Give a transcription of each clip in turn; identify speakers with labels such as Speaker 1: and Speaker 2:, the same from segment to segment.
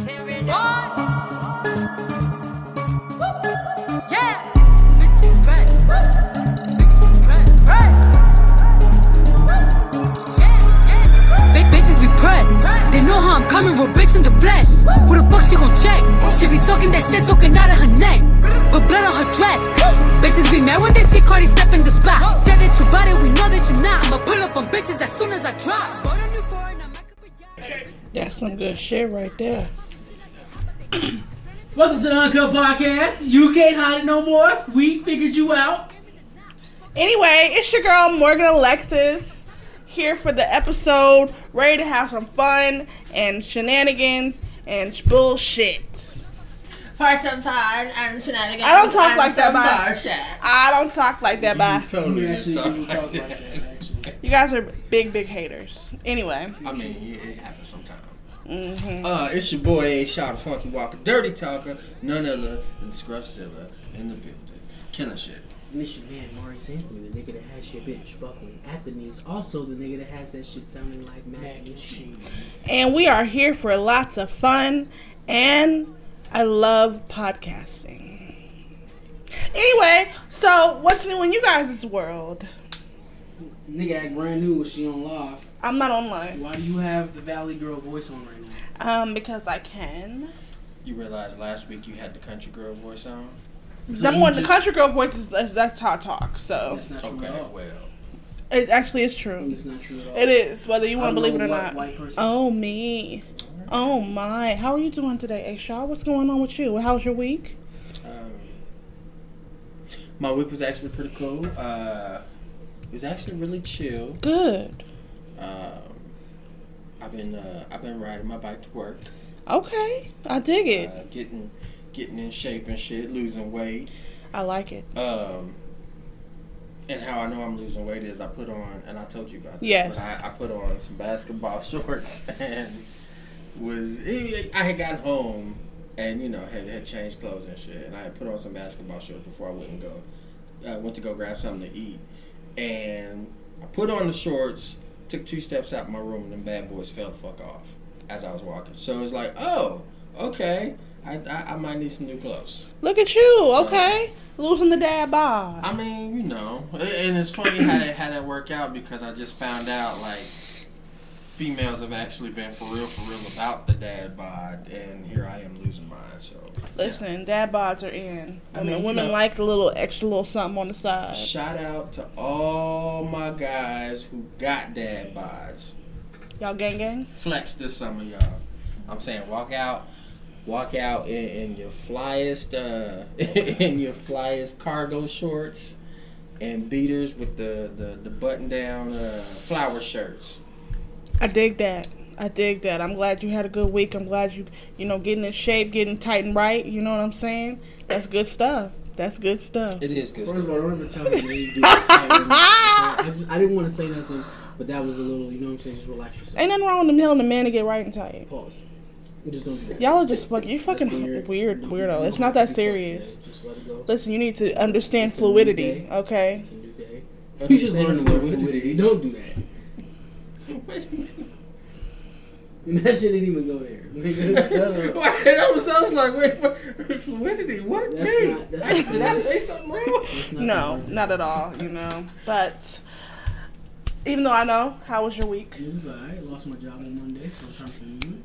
Speaker 1: What? Woo. Yeah. Bitch, we back. Woo. Bitch, we back. Back. Woo. Yeah, yeah.
Speaker 2: Big bitches be pressed. They know how I'm coming, real bitch in the flesh. Who the fuck she gon' check? She be talking that shit, talking out of her neck. But blood on her dress. Bitches be mad when they see Cardi step in the spot. Said that you bought it, we know that you not. I'ma pull up on bitches as soon as I drop. Bought a new four and I'm like, yeah.
Speaker 3: That's some good shit right there.
Speaker 4: Welcome to the Uncut Podcast. You can't hide it no more. We figured you out.
Speaker 3: Anyway, it's your girl Morgan Alexis here for the episode, ready to have some fun and shenanigans and sh- bullshit.
Speaker 5: Parts and parts and shenanigans.
Speaker 3: I don't talk like that, bye.
Speaker 5: Bye.
Speaker 3: I don't talk like that, bye.
Speaker 4: You
Speaker 6: Totally
Speaker 4: actually
Speaker 6: stuck
Speaker 4: you
Speaker 6: like
Speaker 4: talk like
Speaker 6: that.
Speaker 4: that, actually.
Speaker 3: You guys are big, big haters. Anyway,
Speaker 6: I mean, yeah, it happens sometimes. Uh, it's your boy A Shot Funky Walker, Dirty Talker, none other than Scruffzilla in the building, killing shit.
Speaker 7: Miss your man Maurice Anthony, the nigga that has your bitch buckling. Anthony is also the nigga that has that shit sounding like mac, and cheese.
Speaker 3: and we are here for lots of fun, and I love podcasting. Anyway, so what's new in you guys' world?
Speaker 4: Nigga act brand new when she on live.
Speaker 3: I'm not online
Speaker 4: Why do you have the Valley Girl voice on right now?
Speaker 3: um, because I can.
Speaker 6: You realize last week you had the country girl voice on?
Speaker 3: Number
Speaker 4: you
Speaker 3: one, the
Speaker 4: just-
Speaker 3: country girl voice is that's, that's how I talk. So
Speaker 4: That's not true
Speaker 6: Okay,
Speaker 4: at all.
Speaker 6: well,
Speaker 3: it actually is true.
Speaker 4: That's not true at all.
Speaker 3: It is whether you
Speaker 4: I
Speaker 3: want to
Speaker 4: don't
Speaker 3: believe it
Speaker 4: know
Speaker 3: or
Speaker 4: what
Speaker 3: not.
Speaker 4: White person.
Speaker 3: Oh me, oh my. How are you doing today, Ashaw? What's going on with you? How was your week?
Speaker 6: um, my week was actually pretty cool. Uh, it was actually really chill.
Speaker 3: Good.
Speaker 6: Um, I've been uh, I've been riding my bike to work,
Speaker 3: Okay, I dig
Speaker 6: uh,
Speaker 3: it.
Speaker 6: getting getting in shape and shit, losing weight.
Speaker 3: I like it.
Speaker 6: Um, and how I know I'm losing weight is I put on, and I told you about this.
Speaker 3: Yes.
Speaker 6: But I, I put on some basketball shorts and was I had gotten home and you know had, had changed clothes and shit, and I had put on some basketball shorts before I wouldn't go. I went to go grab something to eat, and I put on the shorts. Took two steps out my room, and them bad boys fell the fuck off as I was walking. So it's like, oh, okay, I, I, I might need some new clothes.
Speaker 3: Look at you. Okay, losing the dad bod.
Speaker 6: I mean, you know, and it's funny how that how that work out because I just found out like females have actually been for real for real about the dad bod, and here I am losing mine. So
Speaker 3: Listen, dad bods are in.
Speaker 6: I
Speaker 3: Women,
Speaker 6: mean, you
Speaker 3: women
Speaker 6: know-
Speaker 3: like the little extra little something on the side.
Speaker 6: shout out to all my guys who got dad bods.
Speaker 3: Y'all gang gang.
Speaker 6: Flex this summer, y'all. I'm saying walk out. Walk out in, in your flyest, uh, in your flyest cargo shorts and beaters with the, the, the button down uh, flower shirts.
Speaker 3: I dig that. I dig that. I'm glad you had a good week. I'm glad you, you know, getting in shape, getting tight and right. You know what I'm saying? That's good stuff. That's good stuff.
Speaker 6: It is good
Speaker 7: First
Speaker 6: stuff.
Speaker 7: of all, don't ever tell me you ain't do this. I, just, I didn't want to say nothing, but that was a little, you know what I'm saying, just relax yourself.
Speaker 3: Ain't nothing wrong with telling a man to get right and tight.
Speaker 7: Pause. You just don't do that.
Speaker 3: Y'all are just fucking. You're
Speaker 7: That's
Speaker 3: fucking weird,
Speaker 7: No,
Speaker 3: weirdo.
Speaker 7: you
Speaker 3: It's
Speaker 7: don't
Speaker 3: not
Speaker 7: have
Speaker 3: that
Speaker 7: to be forced
Speaker 3: serious.
Speaker 7: today. Just let it go.
Speaker 3: Listen, you need to understand
Speaker 7: It's a new
Speaker 3: fluidity.
Speaker 7: day.
Speaker 3: Okay.
Speaker 7: It's a new day.
Speaker 6: But
Speaker 7: You
Speaker 6: it's
Speaker 7: just
Speaker 6: been
Speaker 7: learn the word fluidity.
Speaker 6: fluidity.
Speaker 7: Don't do that.
Speaker 6: Wait a minute.
Speaker 7: And that shit didn't even go there. Nigga, shut up.
Speaker 6: Why- I was, I was like, wait, what- fluidity? What?
Speaker 7: That's
Speaker 6: Hey,
Speaker 7: not- that's
Speaker 6: I-
Speaker 7: not-
Speaker 6: did I say something wrong?
Speaker 7: That's not
Speaker 3: No,
Speaker 7: the word.
Speaker 3: not at all. You know, but even though I know, how was your week?
Speaker 7: It was alright. Lost my job on Monday, so I'm trying to renew it.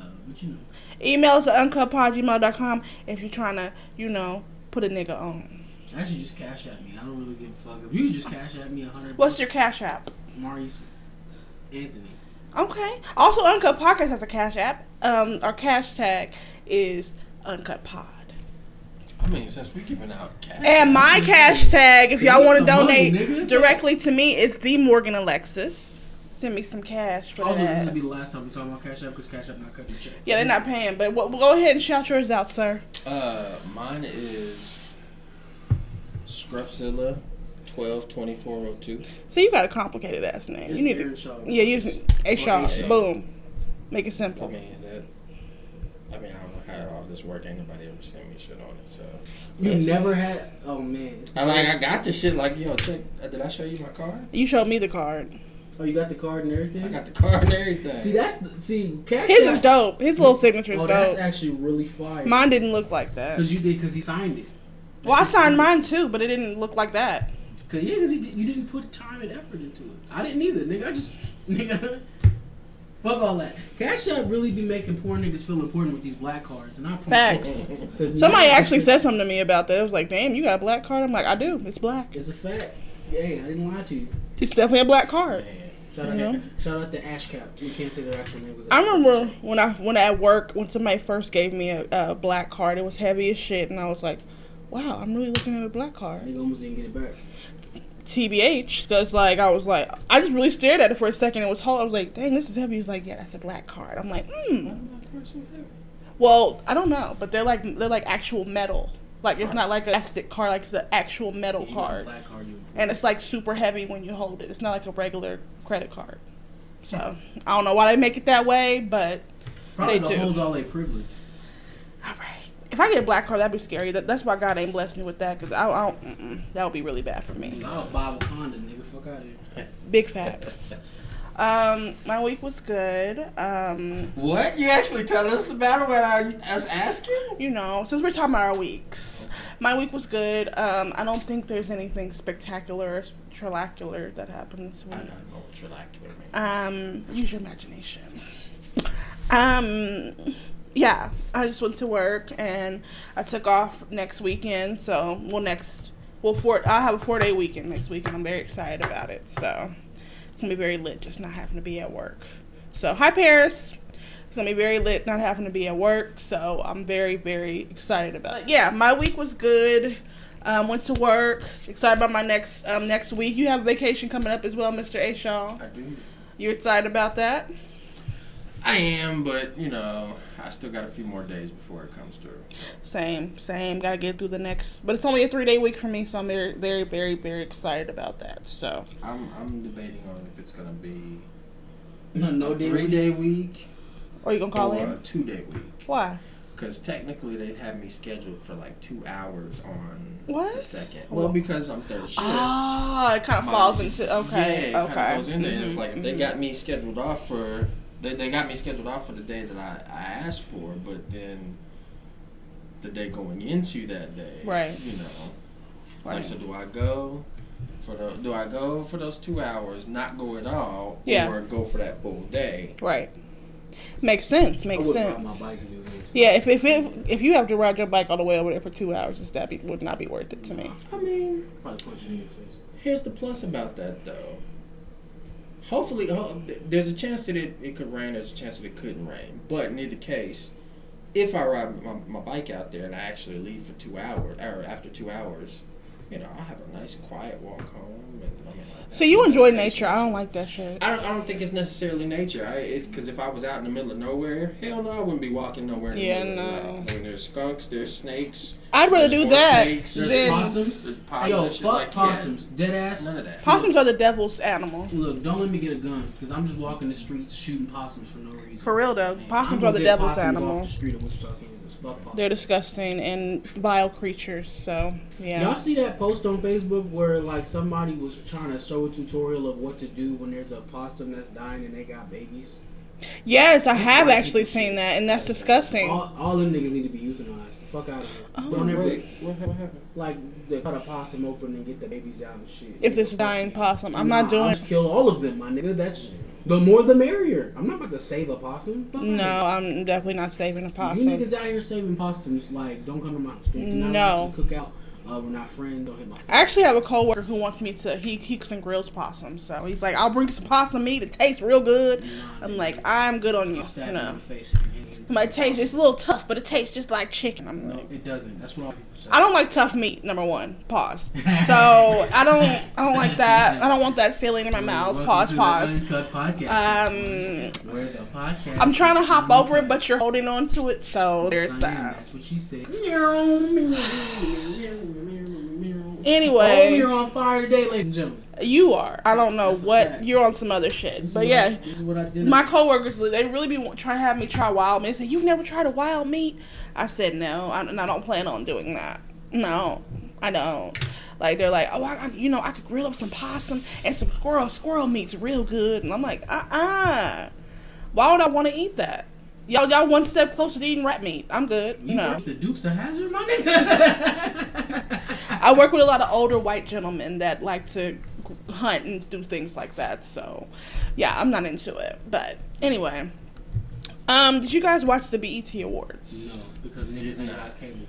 Speaker 7: Uh, but you know,
Speaker 3: Email us at uncutpodgmail.com if you're trying to, you know, put a nigga on.
Speaker 7: actually, just cash at me. I don't really give a fuck. If you could just cash at me a hundred. bucks,
Speaker 3: What's your cash app?
Speaker 7: Maurice Anthony.
Speaker 3: Okay. Also, Uncut Podcast has a cash app. Um, our cash tag is Uncut Pod.
Speaker 6: I mean, since we're giving out cash.
Speaker 3: And my cash tag, if y'all want to
Speaker 7: Send me some money,
Speaker 3: donate
Speaker 7: nigga.
Speaker 3: directly to me, is the Morgan Alexis. Send me some cash for
Speaker 7: Also, this
Speaker 3: that.
Speaker 7: will be the last time we talk about Cash App because Cash App not cutting the check.
Speaker 3: Yeah, they're not paying, but w- go ahead and shout yours out, sir.
Speaker 6: uh, mine is Scruffzilla 122402.
Speaker 3: So you got a complicated ass name.
Speaker 7: It's
Speaker 3: you need
Speaker 7: Aaron
Speaker 3: to,
Speaker 7: Shaw.
Speaker 3: yeah, use a Shaw.
Speaker 6: A-Shaw.
Speaker 3: Boom, make it
Speaker 6: I
Speaker 3: simple.
Speaker 6: mean, that. I mean, I don't know how all this work. Ain't nobody ever sent me shit on it, so.
Speaker 7: You
Speaker 3: Yes.
Speaker 7: never had. Oh man. It's the
Speaker 6: I like, I
Speaker 7: worst.
Speaker 6: got the shit. Like, yo, check, uh, did I show you my card?
Speaker 3: You showed me the card.
Speaker 7: Oh, you got the card and everything.
Speaker 6: I got the card and everything.
Speaker 7: See, that's the, see, cash.
Speaker 3: His
Speaker 7: App-
Speaker 3: is dope. His little signature is
Speaker 7: Oh, that's
Speaker 3: dope.
Speaker 7: actually really fire.
Speaker 3: Mine didn't look like that.
Speaker 4: Because you did, because he signed it.
Speaker 3: Well, I signed mine too, but it didn't look like that.
Speaker 4: Cause yeah, cause he, did- you didn't put time and effort into it. I didn't either, nigga. I just nigga. Fuck all that. Cash App really be making poor niggas feel important with these black cards, and I promote
Speaker 3: Facts.
Speaker 4: it.
Speaker 7: 'Cause
Speaker 3: Somebody
Speaker 7: now
Speaker 3: actually
Speaker 7: it's
Speaker 3: said something to me about that. It was like, "Damn, you got a black card." I'm like, "I do. It's black.
Speaker 7: a, it's a fact. Hey, I didn't lie to you.
Speaker 3: It's definitely a black card."
Speaker 7: Shout out,
Speaker 3: Yeah.
Speaker 7: shout out to Ash Cap. We can't say their actual name. 'cause
Speaker 3: I remember when I when at work when somebody first gave me a, a black card. It was heavy as shit, and I was like, "Wow, I'm really looking at a black card."
Speaker 7: They almost didn't get it back.
Speaker 3: TBH, because like I was like, I just really stared at it for a second. It was whole. I was like, "Dang, this is heavy." He was like, "Yeah, that's a black card." I'm like, "Hmm." Well, I don't know, but they're like they're like actual metal. Like it's not like a plastic card. Like it's an actual metal
Speaker 4: You got a
Speaker 3: card.
Speaker 4: Black card, you.
Speaker 3: and it's like super heavy when you hold it. It's not like a regular credit card. So I don't know why they make it that way, but
Speaker 4: Probably
Speaker 3: They
Speaker 4: the
Speaker 3: do.
Speaker 4: whole dollar privilege.
Speaker 3: all right. If I get a black card, that'd be scary. That, that's why God ain't blessed me with that, cause I, I don't. Mm-mm, that would be really bad for me.
Speaker 7: I'll buy Wakanda, nigga. Fuck out of here.
Speaker 3: Big facts. Um, my week was good. Um,
Speaker 6: What? You actually tell us about it without us asking?
Speaker 3: you know, since we're talking about our weeks, my week was good. Um, I don't think there's anything spectacular, trilacular that happened this week.
Speaker 6: know what you're like.
Speaker 3: Um, use your imagination. Um, yeah, I just went to work and I took off next weekend. So, well, next, well, four, I'll have a four day weekend next week and I'm very excited about it. So, it's gonna be very lit just not having to be at work. So, hi, Paris. It's gonna be very lit not having to be at work. So, I'm very, very excited about it. Yeah, my week was good. Um, went to work. Excited about my next um, next week. You have vacation coming up as well, Mr. A. Shaw.
Speaker 6: I do.
Speaker 3: You're excited about that?
Speaker 6: I am, but you know, I still got a few more days before it comes through.
Speaker 3: Same, same. Got to get through the next, but it's only a three day week for me, so I'm very, very, very, very excited about that. So
Speaker 6: I'm I'm debating on if it's gonna be
Speaker 7: No, no
Speaker 6: a three
Speaker 7: damn.
Speaker 6: day week
Speaker 3: are oh, you gonna call
Speaker 6: or
Speaker 3: in?
Speaker 6: a two day week.
Speaker 3: Why?
Speaker 6: Because technically, they had me scheduled for like two hours on the
Speaker 3: What?
Speaker 6: second. Well, because I'm third shift.
Speaker 3: Ah, it kind of
Speaker 6: my-
Speaker 3: falls into okay,
Speaker 6: Yeah, it
Speaker 3: okay.
Speaker 6: Kinda goes in there. and It's
Speaker 3: Mhm,
Speaker 6: like if they
Speaker 3: mhm.
Speaker 6: got me scheduled off for they, they got me scheduled off for the day that I, I asked for, but then the day going into that day,
Speaker 3: Right.
Speaker 6: You know, like
Speaker 3: Right.
Speaker 6: so, do I go for the do I go for those two hours, not go at all,
Speaker 3: Yeah.
Speaker 6: or go for that full day?
Speaker 3: Mm-hmm. right. Makes sense.
Speaker 7: I
Speaker 3: Makes
Speaker 7: wouldn't ride
Speaker 3: sense.
Speaker 7: my bike and do things.
Speaker 3: Yeah, if if, if if you have to ride your bike all the way over there for two hours, it's that be, would not be worth it to me.
Speaker 6: I mean,
Speaker 7: Probably punch you in your face.
Speaker 6: Here's the plus about that though. Hopefully, ho- th- there's a chance that it, it could rain. There's a chance that it couldn't rain. But in either case, if I ride my, my bike out there and I actually leave for two hours, or after two hours, you know, I'll have a nice quiet walk home. And, I mean, like,
Speaker 3: So you enjoy
Speaker 6: meditation.
Speaker 3: nature. I don't like that shit.
Speaker 6: I don't, I don't think it's necessarily nature. I because if I was out in the middle of nowhere, hell no, I wouldn't be walking nowhere. In
Speaker 3: Yeah,
Speaker 6: the middle of the
Speaker 3: no.
Speaker 6: night. I mean, there's skunks, there's snakes.
Speaker 3: I'd rather do
Speaker 6: there's
Speaker 3: that
Speaker 6: snakes,
Speaker 4: There's
Speaker 3: Then-
Speaker 4: possums.
Speaker 6: there's possums.
Speaker 7: Yo,
Speaker 6: and shit
Speaker 7: fuck
Speaker 6: like- yeah,
Speaker 7: possums. Dead ass.
Speaker 6: None of that.
Speaker 3: Possums are the devil's animal.
Speaker 7: Look, don't let me get a gun because I'm just walking the streets shooting possums for no reason.
Speaker 3: For real though,
Speaker 7: I'm
Speaker 3: possums
Speaker 7: gonna
Speaker 3: are the
Speaker 7: get
Speaker 3: devil's
Speaker 7: possums
Speaker 3: animal.
Speaker 7: Off the street of Wichita, Kansas. Fuck possums.
Speaker 3: They're disgusting and vile creatures. So yeah,
Speaker 7: Y'all see that post on Facebook where like somebody was trying to show a tutorial of what to do when there's a possum that's dying and they got babies?
Speaker 3: yes, I have
Speaker 7: why
Speaker 3: actually
Speaker 7: people
Speaker 3: seen that, and that's disgusting.
Speaker 7: All, all them niggas need to be euthanized. Fuck out of here.
Speaker 3: Oh,
Speaker 7: Don't ever
Speaker 6: Wait, what happened?
Speaker 7: like they cut a possum open and get the babies out and shit.
Speaker 3: if there's a dying possum, I'm not
Speaker 7: Nah, I'll
Speaker 3: doing.
Speaker 7: just kill all of them, my nigga. That's the more the merrier. I'm not about to save a possum. Fuck outta
Speaker 3: No,
Speaker 7: here.
Speaker 3: I'm definitely not saving a
Speaker 7: You
Speaker 3: possum.
Speaker 7: niggas out here saving possums, like, don't come to my house. We're not
Speaker 3: No.
Speaker 7: allowed to cook out. Uh, we're not friends. Don't hit my
Speaker 3: I actually have a coworker who wants me to. He keeps and grills possum, so he's like, "I'll bring you some possum meat. It tastes real good." I'm like, "I'm good on you."
Speaker 7: stab
Speaker 3: You
Speaker 7: in
Speaker 3: know,
Speaker 7: the face. if you hit me.
Speaker 3: my taste it's a little tough, but it tastes just like chicken. I'm
Speaker 7: No,
Speaker 3: like,
Speaker 7: it doesn't. That's what all people say.
Speaker 3: I don't like tough meat. Number one, pause. So I don't, I don't like that. I don't want that feeling in my mouth.
Speaker 4: Welcome to
Speaker 3: Pause,
Speaker 4: the
Speaker 3: pause.
Speaker 4: Uncut podcast.
Speaker 3: Um,
Speaker 4: We're the podcast.
Speaker 3: I'm trying to hop over it, but you're holding on to it, so there's that.
Speaker 7: That's what she said. Oh,
Speaker 3: Anyway,
Speaker 7: you're on fire today, ladies and gentlemen.
Speaker 3: you are. I don't know
Speaker 7: That's a
Speaker 3: what
Speaker 7: fact.
Speaker 3: you're on some other shit,
Speaker 7: This
Speaker 3: but
Speaker 7: is
Speaker 3: yeah.
Speaker 7: what I, this is what I did.
Speaker 3: My coworkers, they really be wa- trying to have me try wild meat. They say you've never tried a wild meat. I said no, I, and I don't plan on doing that. No, I don't. Like they're like, oh, I, I you know, I could grill up some possum and some squirrel. Squirrel meat's real good, and I'm like, uh uh Why would I want to eat that? Y'all, y'all one step closer to eating rat meat. I'm good.
Speaker 7: You
Speaker 3: no.
Speaker 7: work the Dukes of Hazard, my nigga.
Speaker 3: I work with a lot of older white gentlemen that like to g- hunt and do things like that. So, yeah, I'm not into it. But anyway, um, did you guys watch the BET Awards?
Speaker 7: no, because niggas ain't got cable.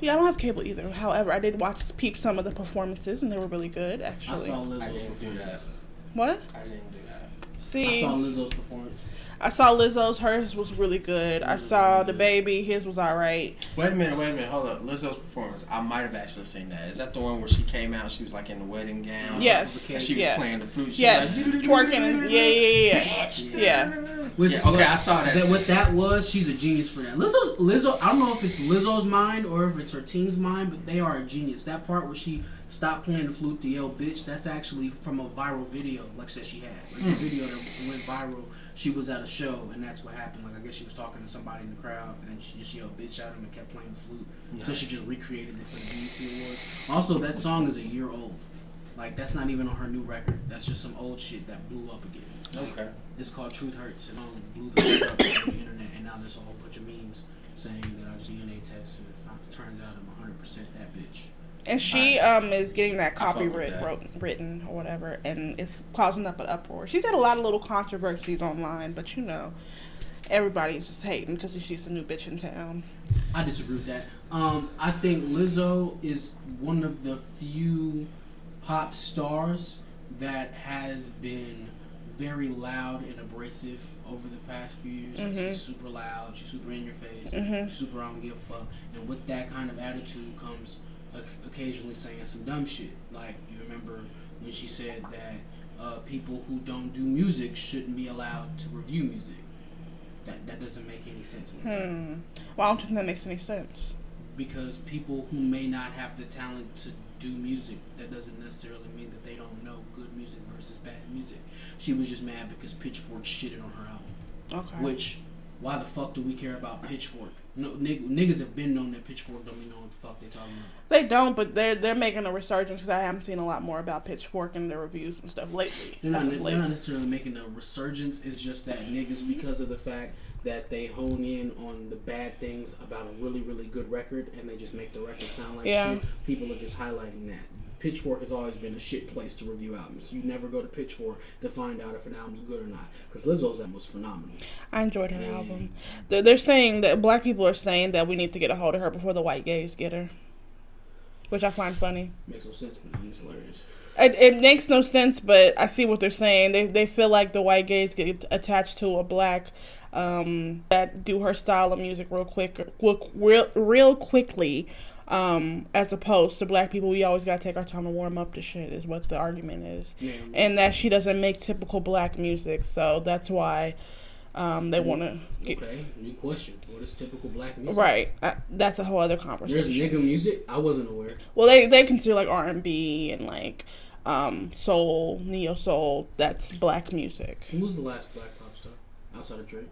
Speaker 3: Yeah, I don't have cable either. However, I did watch peep some of the performances, and they were really good,
Speaker 7: I
Speaker 3: actually.
Speaker 7: saw Lizzo's
Speaker 6: I didn't do that.
Speaker 7: performance.
Speaker 3: what?
Speaker 6: I didn't do that.
Speaker 3: See,
Speaker 7: I saw Lizzo's performance.
Speaker 3: Lizzo's. Hers was really good. I saw
Speaker 7: Mm-hmm.
Speaker 3: the baby. His was all right.
Speaker 7: Oh,
Speaker 6: Wait a minute, wait a minute, hold up. Lizzo's performance. I might have actually seen that. Is that the one where she came out? She was like in the wedding gown.
Speaker 3: Yes,
Speaker 6: And she was
Speaker 3: yeah.
Speaker 6: playing the flute. She
Speaker 3: Yes,
Speaker 6: was like,
Speaker 3: twerking. And, yeah, yeah, yeah, yeah. yeah.
Speaker 7: Which
Speaker 6: Yeah, okay,
Speaker 7: what-
Speaker 6: I saw that.
Speaker 7: that. What that was, she's a genius for that. Lizzo, Lizzo, I don't know if it's Lizzo's mind or if it's her team's mind, but they are a genius. That part where she stopped playing the flute to yell "bitch," that's actually from a viral video, like that she had, like a
Speaker 6: Hmm.
Speaker 7: video that went viral. She was at a show, and that's what happened. Like I guess she was talking to somebody in the crowd, and she just yelled "bitch" at him and kept playing the flute. So she just recreated it for the BET Awards. Also, that song is a year old. Like that's not even on her new record. That's just some old shit that blew up again. Like,
Speaker 6: Okay.
Speaker 7: it's called Truth Hurts, and um, blew the fuck up on the internet, and now there's a whole bunch of memes saying that I was DNA test, and it fin- turns out I'm 100% that bitch.
Speaker 3: And she um is getting that
Speaker 6: fuck with
Speaker 3: copyright
Speaker 6: that.
Speaker 3: wrote, written or whatever, and it's causing up an uproar. She's had a lot of little controversies online, but you know, everybody's just hating because she's a new bitch in town.
Speaker 7: I disagree with that. Um, I think Lizzo is one of the few pop stars that has been very loud and abrasive over the past few years. Like, she's super loud. She's super in your face. She's super I don't give a fuck. And with that kind of attitude comes o- occasionally saying some dumb shit. Like you remember when she said that uh, people who don't do music shouldn't be allowed to review music. That, that doesn't make any sense. in the fact
Speaker 3: Hmm. Well, I don't think that makes any sense.
Speaker 7: because people who may not have the talent to do music, that doesn't necessarily mean that they don't know good music versus bad music. She was just mad because Pitchfork shitted on her album.
Speaker 3: Okay.
Speaker 7: Which, why the fuck do we care about Pitchfork? No, nig- niggas have been known that Pitchfork don't be knowing what the fuck they talking about.
Speaker 3: They don't, but they're they're making a resurgence because I haven't seen a lot more about Pitchfork and their reviews and stuff lately.
Speaker 7: They're not,
Speaker 3: As of
Speaker 7: they're not
Speaker 3: late.
Speaker 7: necessarily making a resurgence. It's just that niggas,
Speaker 3: Mm-hmm.
Speaker 7: because of the fact that they hone in on the bad things about a really, really good record, and they just make the record sound like
Speaker 3: Yeah.
Speaker 7: shit. People are just highlighting that. Pitchfork has always been a shit place to review albums. You never go to Pitchfork to find out if an album's good or not. Because Lizzo's album was phenomenal.
Speaker 3: I enjoyed her album. They're, they're saying that black people are saying that we need to get a hold of her before the white gays get her, which I find funny.
Speaker 7: Makes no sense, but it is hilarious.
Speaker 3: It, it makes no sense, but I see what they're saying. They they feel like the white gays get attached to a black um, that do her style of music real quick, real real, real quickly, um, as opposed to black people. We always gotta take our time to warm up to shit. Is what the argument is, and that she doesn't make typical black music, so that's why um, they want to. get
Speaker 7: Mm-hmm. Okay, new question. What is typical black music?
Speaker 3: Right, uh, that's a whole other conversation.
Speaker 7: There's nigga music? I wasn't aware.
Speaker 3: Well, they they consider like R and B and like um soul, neo soul. That's black music.
Speaker 7: Who was the last black pop star outside of Drake?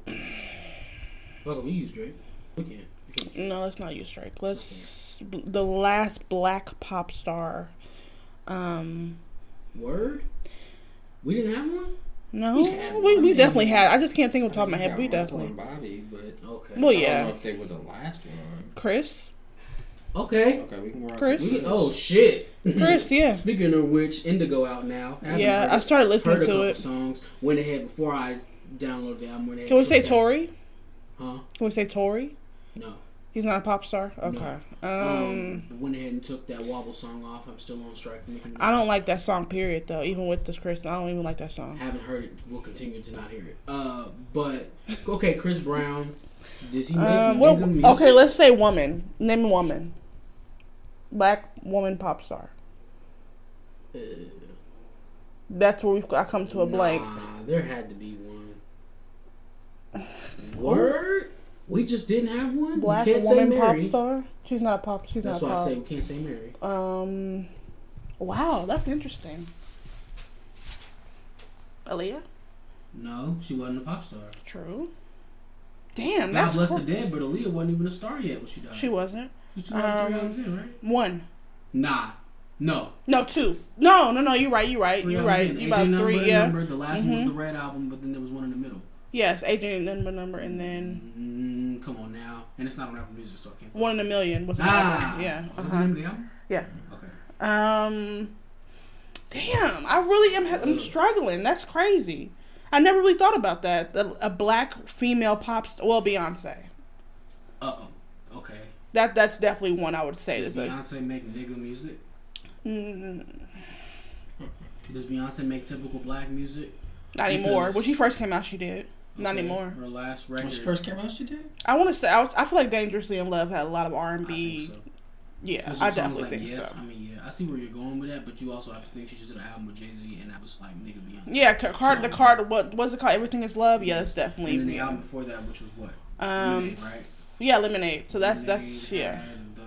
Speaker 7: Fuck, it, we use Drake. We can't. We can't.
Speaker 3: No, let's not use Drake. Let's the last black pop star. Um,
Speaker 7: Word? We didn't have one.
Speaker 3: no,
Speaker 7: had
Speaker 3: we,
Speaker 7: one.
Speaker 3: we definitely had. I just can't think of the top of my head.
Speaker 6: You got
Speaker 3: We
Speaker 6: Michael
Speaker 3: definitely.
Speaker 6: and Bobby, but
Speaker 7: Okay.
Speaker 3: Well,
Speaker 6: I don't know
Speaker 3: yeah,
Speaker 6: if they were the last one.
Speaker 3: Chris,
Speaker 7: Okay.
Speaker 6: Okay, we can rock
Speaker 3: Chris?
Speaker 6: with
Speaker 7: We,
Speaker 6: this.
Speaker 7: oh shit.
Speaker 3: Chris, yeah,
Speaker 7: Speaking of which, Indigo out now. Haven't
Speaker 3: yeah.
Speaker 7: heard
Speaker 3: I
Speaker 7: it.
Speaker 3: started listening
Speaker 7: heard a
Speaker 3: to
Speaker 7: couple
Speaker 3: it.
Speaker 7: songs. Went ahead before I downloaded the album. Went ahead
Speaker 3: Can we
Speaker 7: and
Speaker 3: say
Speaker 7: took that-
Speaker 3: Tory?
Speaker 7: Huh?
Speaker 3: Can we say Tory?
Speaker 7: No.
Speaker 3: He's not a pop star. Okay. Um,
Speaker 7: Um, went ahead and took that wobble song off. I'm still on strike. for making-
Speaker 3: I don't like that song. Period. Though, even with this Chris, I don't even like that song.
Speaker 7: haven't heard it. Will continue to not hear it. Uh, but okay, Chris Brown. Does he make
Speaker 3: Um,
Speaker 7: nigga
Speaker 3: what,
Speaker 7: music?
Speaker 3: okay, let's say woman. Name a woman. Black woman pop star. That's where we've I come to a blank.
Speaker 7: Uh, Nah, there had to be one. Word? We just didn't have one.
Speaker 3: Black
Speaker 7: we can't
Speaker 3: woman
Speaker 7: say
Speaker 3: pop
Speaker 7: Mary.
Speaker 3: star. She's not pop. She's
Speaker 7: That's
Speaker 3: not
Speaker 7: why I
Speaker 3: pop.
Speaker 7: say we can't say Mary.
Speaker 3: Um, wow, that's interesting. Aaliyah.
Speaker 7: No, she wasn't a pop star.
Speaker 3: True. Damn,
Speaker 7: God
Speaker 3: that's
Speaker 7: bless
Speaker 3: cor-
Speaker 7: the dead, but Aaliyah wasn't even a star yet when she died.
Speaker 3: she wasn't
Speaker 7: was two or three
Speaker 3: um,
Speaker 7: albums in, right?
Speaker 3: one.
Speaker 7: Nah, No,
Speaker 3: No, two. No, no, no. You're right. You're right.
Speaker 7: three
Speaker 3: You're
Speaker 7: albums
Speaker 3: right.
Speaker 7: in.
Speaker 3: You
Speaker 7: Agent
Speaker 3: about
Speaker 7: number,
Speaker 3: three. Yeah.
Speaker 7: Number, the last one was
Speaker 3: Mhm.
Speaker 7: the Red album, but then there was one in the middle.
Speaker 3: Yes, Adrian number number, and then
Speaker 7: Mm, come on now, and it's not on Apple Music, so I can't.
Speaker 3: one in a million was another.
Speaker 7: Ah,
Speaker 3: Yeah.
Speaker 7: Was it the
Speaker 3: Uh-huh.
Speaker 7: name of the album?
Speaker 3: Yeah.
Speaker 7: Okay.
Speaker 3: Um. Damn, I really am. I'm struggling. That's crazy. I never really thought about that. A, a black female pop star. Well, Beyonce.
Speaker 7: Uh oh. Okay.
Speaker 3: That that's definitely one I would say. Is
Speaker 7: Does
Speaker 3: a,
Speaker 7: Beyonce make nigga music?
Speaker 3: mm,
Speaker 7: Does Beyonce make typical black music?
Speaker 3: not anymore.
Speaker 7: Because-
Speaker 3: When she first came out, she did. Not
Speaker 7: Okay,
Speaker 3: anymore.
Speaker 7: Her last
Speaker 6: When
Speaker 7: record.
Speaker 6: she first came out, she did.
Speaker 3: I want to say. I, was, I feel like "Dangerously in Love" had a lot of R
Speaker 7: I
Speaker 3: and B.
Speaker 7: think so.
Speaker 3: Yeah,
Speaker 7: Because
Speaker 3: I
Speaker 7: her song was
Speaker 3: definitely
Speaker 7: like,
Speaker 3: think
Speaker 7: yes.
Speaker 3: so.
Speaker 7: I mean, yeah, I see where you're going with that, but you also have to think she just did an album with Jay Z, and that was like nigga Beyonce.
Speaker 3: Yeah, Ca- card the card. What was it called? Everything is love. Yeah, that's definitely.
Speaker 7: And then the
Speaker 3: yeah.
Speaker 7: album before that, which was what?
Speaker 3: Um,
Speaker 7: Lemonade, right?
Speaker 3: yeah, lemonade. So that's that's
Speaker 7: Lemonade
Speaker 3: yeah.
Speaker 7: had the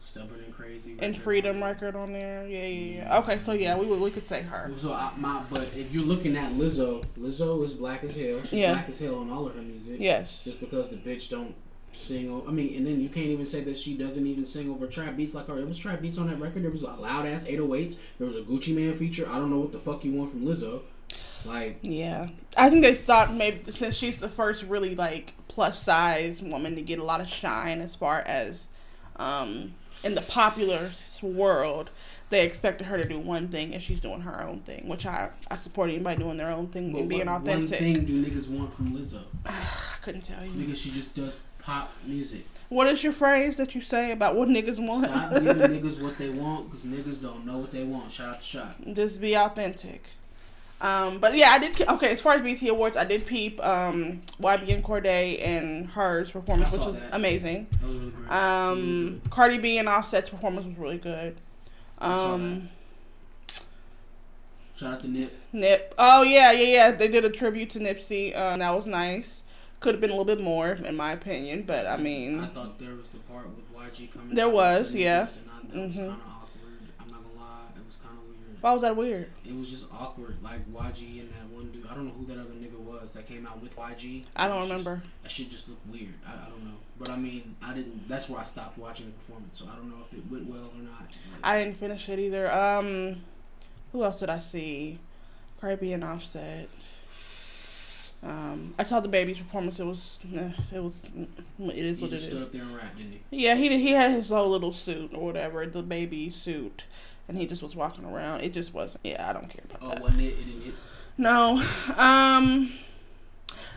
Speaker 7: Stubborn and crazy.
Speaker 3: And
Speaker 7: record.
Speaker 3: freedom record on there. Yeah, yeah, yeah.
Speaker 7: Mm-hmm.
Speaker 3: Okay, so yeah, we would- we could say her.
Speaker 7: So I, my, but
Speaker 8: If you're looking at Lizzo, Lizzo is black as hell. She's
Speaker 3: Yeah.
Speaker 8: black as hell on all of her music.
Speaker 3: Yes.
Speaker 8: Just because the bitch don't sing. o- I mean, and then you can't even say that she doesn't even sing over trap beats like her. It was trap beats on that record. There was a loud ass 808s. There was a Gucci Man feature. I don't know what the fuck you want from Lizzo. Like,
Speaker 3: Yeah, I think they thought maybe since she's the first really like plus size woman to get a lot of shine as far as um in the popular s- world, they expected her to do one thing and she's doing her own thing, which I I support anybody doing their own thing
Speaker 7: but
Speaker 3: and being
Speaker 7: what
Speaker 3: authentic.
Speaker 7: One thing do niggas want from Lizzo?
Speaker 3: I couldn't tell you.
Speaker 7: Niggas, she just does pop music.
Speaker 3: What is your phrase that you say about what niggas want?
Speaker 7: Stop giving niggas what they want, because niggas don't know what they want. Shout out to Shot.
Speaker 3: just be authentic. Um, but yeah, I did. Okay, as far as BT Awards, I did peep um, YBN Corday and hers performance,
Speaker 7: I
Speaker 3: which
Speaker 7: saw
Speaker 3: was
Speaker 7: that. Mm-hmm.
Speaker 3: amazing.
Speaker 7: That was really great.
Speaker 3: Um, Cardi B and Offset's performance was really good.
Speaker 7: saw
Speaker 3: Um,
Speaker 7: Shout out to Nip.
Speaker 3: Nip. Oh yeah, yeah, yeah. They did a tribute to Nipsey. Uh, that was nice. Could have been a little bit more, in my opinion. But I
Speaker 7: I
Speaker 3: mean,
Speaker 7: thought there was the part with YG coming.
Speaker 3: There
Speaker 7: out
Speaker 3: was,
Speaker 7: with the
Speaker 3: yeah.
Speaker 7: niggas, And I, that was
Speaker 3: Mhm.
Speaker 7: kind of awkward. I'm not gonna lie, it was kind of weird.
Speaker 3: why was that weird?
Speaker 7: It was just awkward, like YG and that one dude. I don't know who that other nigga was that came out with YG.
Speaker 3: I
Speaker 7: It
Speaker 3: don't
Speaker 7: was just-
Speaker 3: remember.
Speaker 7: that shit just looked weird. I, I don't know, but I mean, I didn't. That's where I stopped watching the performance, so I don't know if it went well or not.
Speaker 3: I didn't finish it either. Um, who else did I see? Cardi B and Offset. Um, I saw the baby's performance. It was, eh, it was, it is
Speaker 7: he
Speaker 3: what it
Speaker 7: just uh,
Speaker 3: is.
Speaker 7: stood up there and rapped, didn't he?
Speaker 3: Yeah, he did- he had his whole little suit or whatever, the baby suit, and he just was walking around. It just wasn't. Yeah, I don't care about
Speaker 7: Oh,
Speaker 3: that.
Speaker 7: wasn't it? It didn't hit.
Speaker 3: No. Um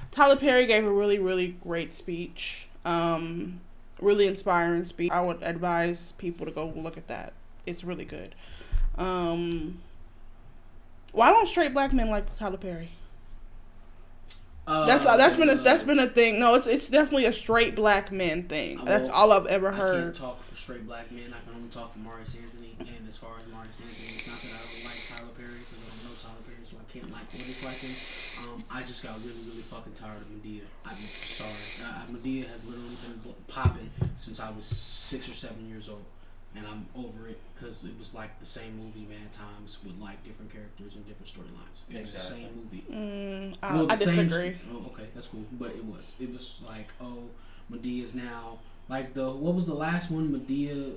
Speaker 3: Tyler Perry gave a really, really great speech. Um really inspiring speech. I would advise people to go look at that. It's really good. Um why don't straight black men like Tyler Perry?
Speaker 7: Uh,
Speaker 3: That's that's been a, that's been a thing. No, it's it's definitely a straight black men thing.
Speaker 7: I
Speaker 3: That's
Speaker 7: won't-
Speaker 3: all I've ever
Speaker 7: I can't
Speaker 3: heard.
Speaker 7: talk for straight black men. I can only talk for Maurice Anthony. And as far as Maurice Anthony, it's not that I don't like Tyler Perry because I don't know Tyler Perry, so I can't like what it's like him. Um, I just got really, really fucking tired of Medea. I'm sorry. Uh, Medea has literally been bl- popping since I was six or seven years old. And I'm over it because it was like the same movie mad times with like different characters and different storylines. It was the
Speaker 6: Exactly.
Speaker 7: same movie.
Speaker 3: Mm, I,
Speaker 7: Well,
Speaker 3: I
Speaker 7: the same-
Speaker 3: disagree.
Speaker 7: oh, okay, that's cool. But it was, it was like, oh, Medea is now like the what was the last one? Medea,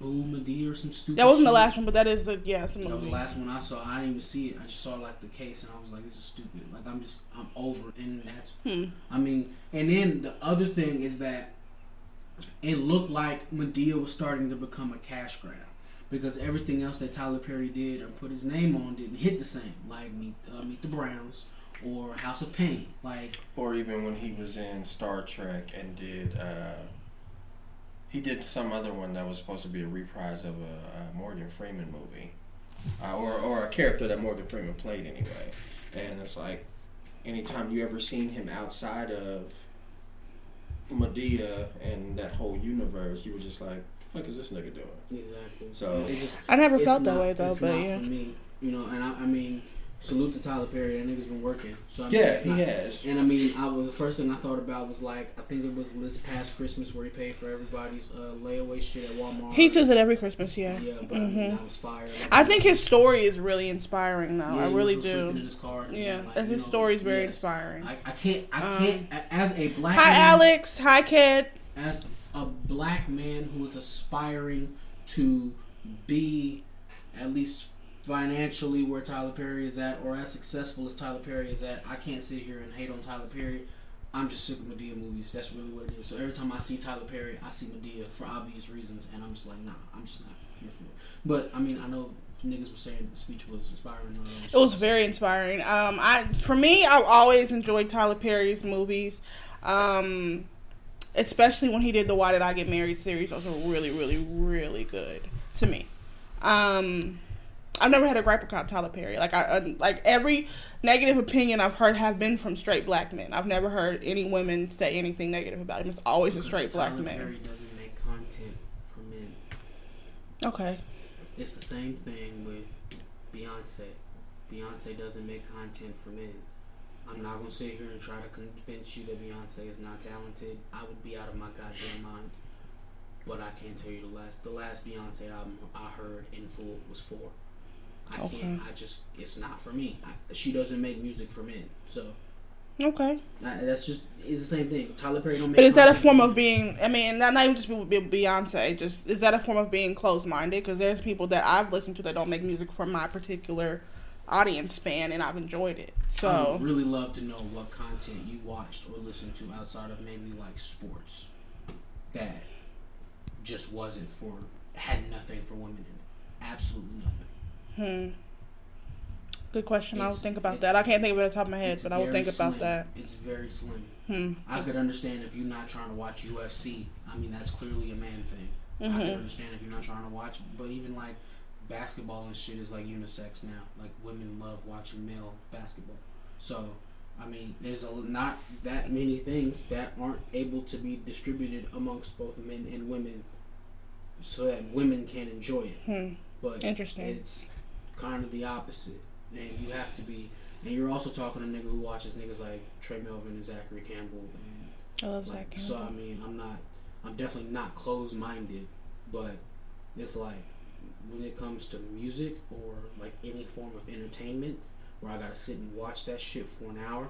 Speaker 7: Boo Medea or some stupid.
Speaker 3: That wasn't the
Speaker 7: shit?
Speaker 3: last one, but that is the yeah, it's a
Speaker 7: That was the
Speaker 3: movie.
Speaker 7: last one I saw. I didn't even see it. I just saw like the case, and I was like, "This is stupid." Like I'm just, I'm over. it. And that's,
Speaker 3: Hmm.
Speaker 7: I mean, and then the other thing is that it looked like Medea was starting to become a cash grab because everything else that Tyler Perry did or put his name on didn't hit the same. Like Meet, uh, Meet the Browns or House of Pain. Like
Speaker 6: Or even when he was in Star Trek and did uh, he did some other one that was supposed to be a reprise of a, a Morgan Freeman movie, uh, or or a character that Morgan Freeman played anyway. And it's like anytime you ever seen him outside of Medea and that whole universe, you were just like, "The fuck is this nigga doing?"
Speaker 8: exactly.
Speaker 6: So-
Speaker 8: It just-
Speaker 3: I never
Speaker 8: it's
Speaker 3: felt that
Speaker 8: not-
Speaker 3: way though,
Speaker 8: it's
Speaker 3: but
Speaker 8: not
Speaker 3: yeah.
Speaker 8: for me, you know. And I, I mean, salute to Tyler Perry. That nigga's been working. So I mean,
Speaker 6: Yeah,
Speaker 8: it's
Speaker 6: he
Speaker 8: not-
Speaker 6: has.
Speaker 8: And I mean, I was the first thing I thought about was like I think it was this past Christmas where he paid for everybody's uh, layaway shit at Walmart.
Speaker 3: He does it every Christmas, yeah.
Speaker 8: Yeah, but I mean, that was fire. Like,
Speaker 3: I think his story is really inspiring, though.
Speaker 8: Yeah,
Speaker 3: I
Speaker 8: he
Speaker 3: really
Speaker 8: was sleeping In
Speaker 3: do.
Speaker 8: his car and
Speaker 3: Yeah,
Speaker 8: then, like,
Speaker 3: and
Speaker 8: you
Speaker 3: his
Speaker 8: know,
Speaker 3: story is very
Speaker 8: yes.
Speaker 3: inspiring.
Speaker 8: I, I can't. I
Speaker 3: Um,
Speaker 8: can't. a- As a black
Speaker 3: Hi,
Speaker 8: man,
Speaker 3: Alex. Hi, Kid.
Speaker 8: as a black man who is aspiring to
Speaker 7: be at least financially where Tyler Perry is at, or as successful as Tyler Perry is at. I can't sit here and hate on Tyler Perry. I'm just sick of Medea movies. That's really what it is. So every time I see Tyler Perry, I see Medea for obvious reasons, and I'm just like, nah, I'm just not here for it. But I mean, I know niggas were saying the speech was inspiring. and all that
Speaker 3: It was very inspiring. Um, I for me, I've always enjoyed Tyler Perry's movies, um, especially when he did the "Why Did I Get Married" series. Those were really, really, really good to me. Um, I've never had a gripe about Tyler Perry. Like I uh, like every negative opinion I've heard have been from straight black men. I've never heard any women say anything negative about him. It's always a straight black
Speaker 7: Tyler
Speaker 3: man.
Speaker 7: Perry doesn't make content for men.
Speaker 3: Okay.
Speaker 7: It's the same thing with Beyonce. Beyonce doesn't make content for men. I'm not gonna sit here and try to convince you that Beyonce is not talented. I would be out of my goddamn mind. But I can't tell you the last the last Beyonce album I heard in full was four. I
Speaker 3: Okay.
Speaker 7: can't. I just it's not for me. I, she doesn't make music for men, so
Speaker 3: Okay.
Speaker 7: that, that's just it's the same thing. Tyler Perry don't make.
Speaker 3: But is that a
Speaker 7: content
Speaker 3: form
Speaker 7: for
Speaker 3: of being? I mean, not, not even just be- be- Beyonce. Just is that a form of being closed-minded? Because there's people that I've listened to that don't make music for my particular audience span, and I've enjoyed it.
Speaker 7: I
Speaker 3: So
Speaker 7: would really love to know what content you watched or listened to outside of maybe like sports that just wasn't for had nothing for women in it. Absolutely nothing.
Speaker 3: good question. I'll
Speaker 7: It's-
Speaker 3: think about
Speaker 7: it's-
Speaker 3: that. I can't think of it off the top of my head,
Speaker 7: It's
Speaker 3: but I will
Speaker 7: very
Speaker 3: think about
Speaker 7: slim.
Speaker 3: that. Hmm.
Speaker 7: It's very slim. I could understand if you're not trying to watch UFC. I mean, that's clearly a man thing. I could
Speaker 3: Mm-hmm.
Speaker 7: understand if you're not trying to watch, but even like basketball and shit is like unisex now. Like women love watching male basketball. So, I mean, there's a, not that many things that aren't able to be distributed amongst both men and women, so that women can enjoy it. But
Speaker 3: Interesting.
Speaker 7: It's kind of the opposite, and you have to be. And you're also talking to a nigga who watches niggas like Trey Melvin and Zachary Campbell. And
Speaker 3: I love
Speaker 7: like,
Speaker 3: Zach.
Speaker 7: So I mean, I'm not. I'm definitely not closed-minded, but it's like when it comes to music or like any form of entertainment, where I gotta sit and watch that shit for an hour.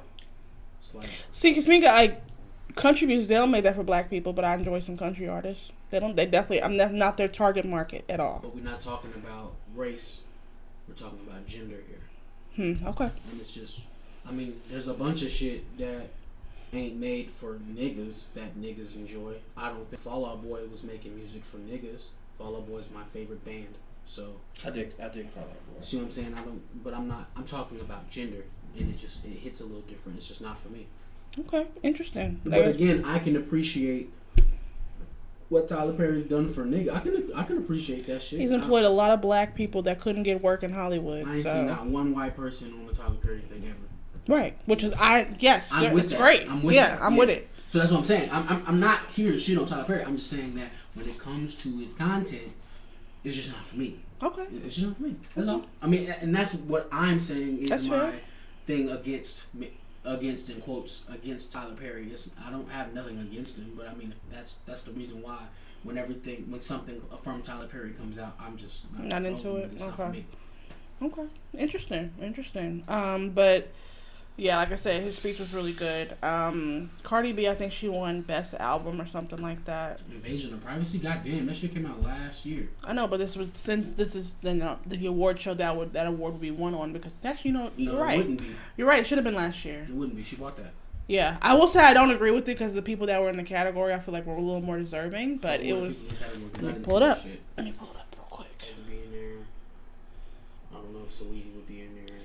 Speaker 7: It's like
Speaker 3: See, because me, like country music, they don't make that for black people, but I enjoy some country artists. They don't. They definitely. I'm not- not their target market at all.
Speaker 7: But we're not talking about race. We're talking about gender here.
Speaker 3: Hmm. Okay.
Speaker 7: And it's just, I mean, there's a bunch of shit that ain't made for niggas that niggas enjoy. I don't think Fall Out Boy was making music for niggas. Fall Out Boy is my favorite band. So,
Speaker 6: I dig, I dig Fall Out Boy.
Speaker 7: see what I'm saying? I don't, but I'm not, I'm talking about gender. And it just, it hits a little different. It's just not for me.
Speaker 3: Okay. Interesting.
Speaker 7: But again, I can appreciate what Tyler Perry's done for nigga. I can, I can appreciate that shit.
Speaker 3: He's
Speaker 7: I-
Speaker 3: employed a lot of black people that couldn't get work in Hollywood.
Speaker 7: I ain't
Speaker 3: so.
Speaker 7: seen not one white person on the Tyler Perry thing ever.
Speaker 3: Right, which is I yes,
Speaker 7: I'm
Speaker 3: good-
Speaker 7: with
Speaker 3: it's
Speaker 7: that.
Speaker 3: great.
Speaker 7: I'm with
Speaker 3: yeah,
Speaker 7: that.
Speaker 3: I'm with it.
Speaker 7: So that's what I'm saying. I'm, I'm, I'm not here to shit on Tyler Perry. I'm just saying that when it comes to his content, it's just not for me.
Speaker 3: Okay,
Speaker 7: It's just not for me. That's all. I mean, a- and that's what I'm saying is
Speaker 3: That's
Speaker 7: my
Speaker 3: fair.
Speaker 7: thing against me- against in quotes against Tyler Perry. It's, I don't have nothing against him, but I mean that's that's the reason why when everything when something from Tyler Perry comes out, I'm just
Speaker 3: Not into
Speaker 7: oh,
Speaker 3: it?
Speaker 7: It's not for
Speaker 3: Okay.
Speaker 7: me.
Speaker 3: okay, interesting, interesting. Um, but yeah, like I said, his speech was really good. Um, Cardi B, I think she won best album or something like that.
Speaker 7: Invasion of privacy. Goddamn, that shit came out last year.
Speaker 3: I know, but this was since this is the no, the award show that would that award would be won on because actually, you know, you're
Speaker 7: No, It
Speaker 3: right.
Speaker 7: wouldn't be.
Speaker 3: You're right. It should have been last year.
Speaker 7: It wouldn't be. She bought that.
Speaker 3: Yeah, I will say I don't agree with it because the people that were in the category, I feel like were a little more deserving. But it
Speaker 7: People
Speaker 3: was.
Speaker 7: in the category, 'cause I didn't
Speaker 3: pull it
Speaker 7: see that
Speaker 3: up.
Speaker 7: shit.
Speaker 3: Let me pull it up real quick.
Speaker 7: It'd be in there. I don't know if Saweetie would be in there.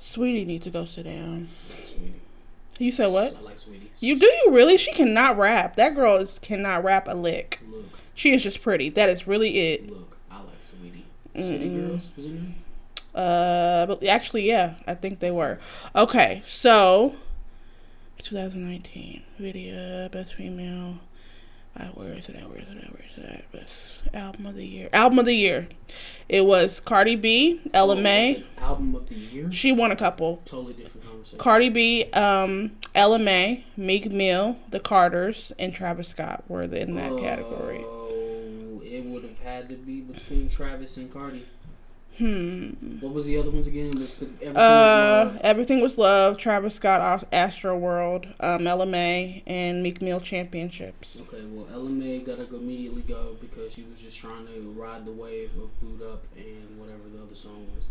Speaker 3: Sweetie, need to go sit down.
Speaker 7: I like Saweetie.
Speaker 3: You said what?
Speaker 7: I like Sweetie.
Speaker 3: You do you really? She cannot rap. That girl is cannot rap a lick.
Speaker 7: Look,
Speaker 3: She is just pretty. That is really it.
Speaker 7: look, I like Saweetie. City Girls was in there.
Speaker 3: Uh, but actually, yeah, I think they were. Okay, so 2019 video best female. Uh, where is it at? Where is it at? Where is it at? Best album of the year. Album of the year. It was Cardi B,
Speaker 7: Oh.
Speaker 3: Ella May.
Speaker 7: Album of the year.
Speaker 3: She won a couple.
Speaker 7: Totally different conversation.
Speaker 3: Cardi B, um, Ella May, Meek Mill, The Carters, and Travis Scott were in that category.
Speaker 7: Oh, it would have had to be between Travis and Cardi.
Speaker 3: Hmm.
Speaker 7: What was the other ones again? Was the everything was
Speaker 3: Uh,
Speaker 7: love?
Speaker 3: everything was love. Travis Scott, Astro World, um, LMA, and Meek Mill Championships.
Speaker 7: Okay, well, LMA gotta go immediately go because she was just trying to ride the wave of Boot Up and whatever the other song was.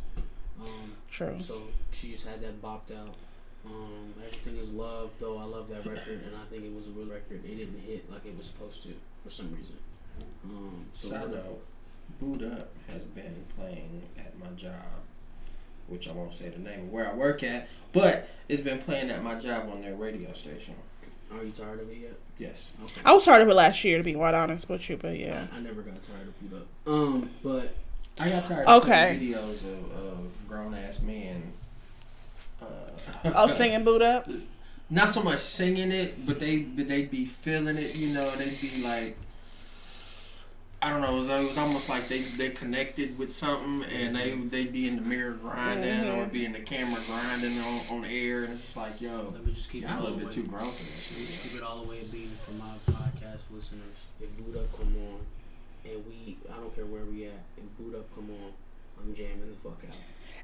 Speaker 7: Um,
Speaker 3: True.
Speaker 7: so she just had that bopped out. Um, Everything is Love, though I love that record and I think it was a real record. It didn't hit like it was supposed to for some reason. Um, so
Speaker 6: Side note, Boot Up has been playing at my job, which I won't say the name of where I work at, but it's been playing at my job on their radio station.
Speaker 7: are you tired of it yet?
Speaker 6: Yes.
Speaker 7: Okay.
Speaker 3: I was tired of it last year, to be quite honest with you, but yeah.
Speaker 7: I, I never got tired of Boot Up. Um, but
Speaker 6: I got tired
Speaker 3: Okay.
Speaker 6: of seeing videos of, of grown ass men. Uh,
Speaker 3: Oh, singing boot up.
Speaker 6: not so much singing it, but they but they'd be feeling it, you know, they'd be like I don't know, it was, it was almost like they they connected with something and they they'd be in the mirror grinding or be in the camera grinding on, on air and it's just like, yo,
Speaker 7: let me just keep
Speaker 6: y'all a
Speaker 7: it all
Speaker 6: little
Speaker 7: the
Speaker 6: bit
Speaker 7: way-
Speaker 6: too grown for
Speaker 7: Let's
Speaker 6: this shit.
Speaker 7: keep it all the way being for my podcast listeners. If Boot Up come on, and we, I don't care where we at, if Boot Up come on, I'm jamming the fuck out.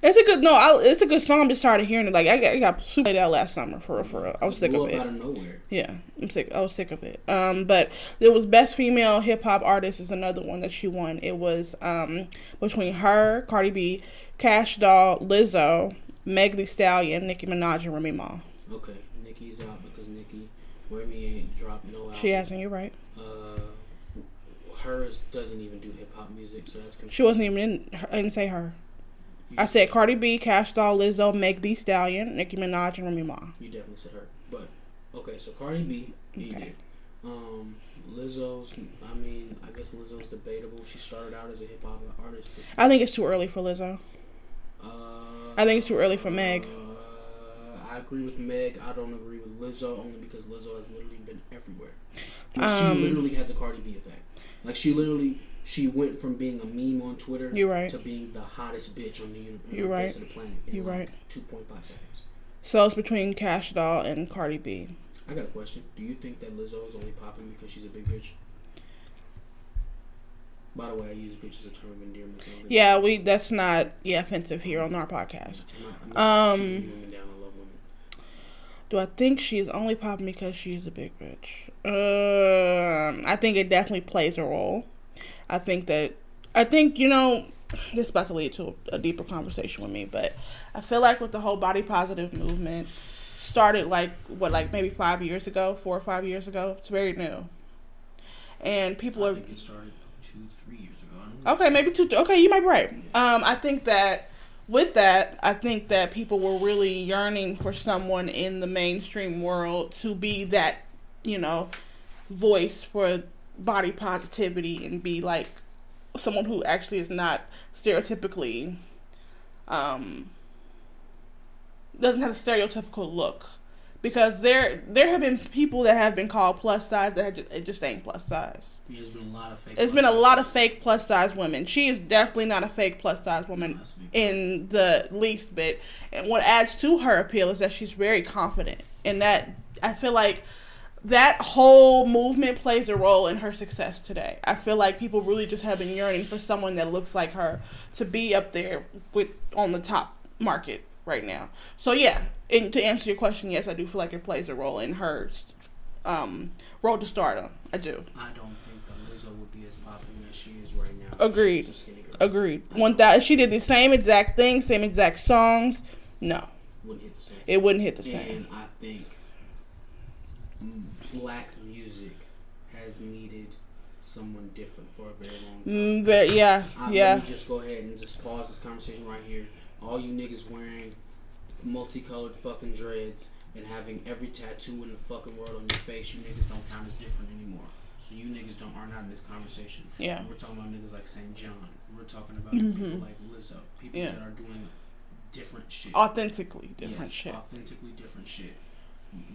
Speaker 3: It's a good no. I, it's a good song. I'm just tired of hearing it. Like I got, I got super played out last summer for real, for real. I was sick
Speaker 7: blew
Speaker 3: of
Speaker 7: up out
Speaker 3: it.
Speaker 7: of nowhere.
Speaker 3: Yeah, I'm sick. I was sick of it. Um, but there was best female hip hop artist is another one that she won. It was um between her, Cardi B, Cash Doll, Lizzo, Meg Thee Stallion, Nicki Minaj, and Remy Ma.
Speaker 7: Okay, Nikki's out because Nikki Remy ain't dropped no album.
Speaker 3: She hasn't. You're right.
Speaker 7: Uh, hers doesn't even do hip hop music, so that's
Speaker 3: She wasn't even in. I didn't say her. I said Cardi B, Cash Doll, Lizzo, Meg Thee Stallion, Nicki Minaj, and Remy Ma.
Speaker 7: You definitely said her. But okay, so Cardi B, you
Speaker 3: Okay.
Speaker 7: did. Um, Lizzo's. I mean, I guess Lizzo's debatable. She started out as a hip hop artist. But
Speaker 3: I think it's too early for Lizzo.
Speaker 7: Uh,
Speaker 3: I think it's too early for Meg.
Speaker 7: Uh, I agree with Meg. I don't agree with Lizzo only because Lizzo has literally been everywhere. Like,
Speaker 3: Um,
Speaker 7: she literally had the Cardi B effect. Like she literally she went from being a meme on Twitter
Speaker 3: You're right.
Speaker 7: to being the hottest bitch on the, uni- on
Speaker 3: You're
Speaker 7: the
Speaker 3: right.
Speaker 7: face of the planet in
Speaker 3: You're
Speaker 7: like
Speaker 3: right.
Speaker 7: 2.5 seconds.
Speaker 3: So it's between Cash Doll and Cardi B.
Speaker 7: I got a question. Do you think that Lizzo is only popping because she's a big bitch? By the way, I use bitch as a term of endearment. so I'm gonna-
Speaker 3: Yeah, we that's not yeah offensive here on our podcast.
Speaker 7: I'm not- I'm not shooting
Speaker 3: Um,
Speaker 7: women down. I love women.
Speaker 3: Do I think she's only popping because she's a big bitch? Um, I think it definitely plays a role. I think that I think you know this is about to lead to a deeper conversation with me, but I feel like with the whole body positive movement started like what like maybe five years ago, four or five years ago. It's very new, and people
Speaker 7: I
Speaker 3: are
Speaker 7: think it started two, three years ago. I don't know.
Speaker 3: Okay, maybe two. Okay, you might be right. Um, I think that with that, I think that people were really yearning for someone in the mainstream world to be that, you know, voice for body positivity and be like someone who actually is not stereotypically, um, doesn't have a stereotypical look. Because there, there have been people that have been called plus size that had- it just ain't plus size.
Speaker 7: Yeah, there's been a lot of fake.
Speaker 3: It's been a lot of fake plus size women. She is definitely not a fake plus size woman in the least bit. And what adds to her appeal is that she's very confident. And that I feel like that whole movement plays a role in her success today. I feel like people really just have been yearning for someone that looks like her to be up there with on the top market right now. So yeah, and to answer your question, yes, I do feel like it plays a role in her um, road to stardom. I do.
Speaker 7: I don't think that Lizzo would be as popular as she is right now.
Speaker 3: Agreed.
Speaker 7: She's a skinny girl.
Speaker 3: Agreed. One thousand. She did the same exact thing, same exact songs. No,
Speaker 7: Wouldn't hit the same.
Speaker 3: it wouldn't hit the same.
Speaker 7: and I think black music has needed someone different for a very long time.
Speaker 3: Mm, very, yeah,
Speaker 7: I,
Speaker 3: yeah.
Speaker 7: Let me just go ahead and just pause this conversation right here. All you niggas wearing multicolored fucking dreads and having every tattoo in the fucking world on your face, you niggas don't count as different anymore. So you niggas don't are not in this conversation.
Speaker 3: Yeah. Mm-hmm.
Speaker 7: We're talking about niggas like St. John. We're talking about people like Lizzo. People
Speaker 3: Yeah.
Speaker 7: that are doing different shit.
Speaker 3: Authentically different
Speaker 7: Yes,
Speaker 3: shit.
Speaker 7: Authentically different shit.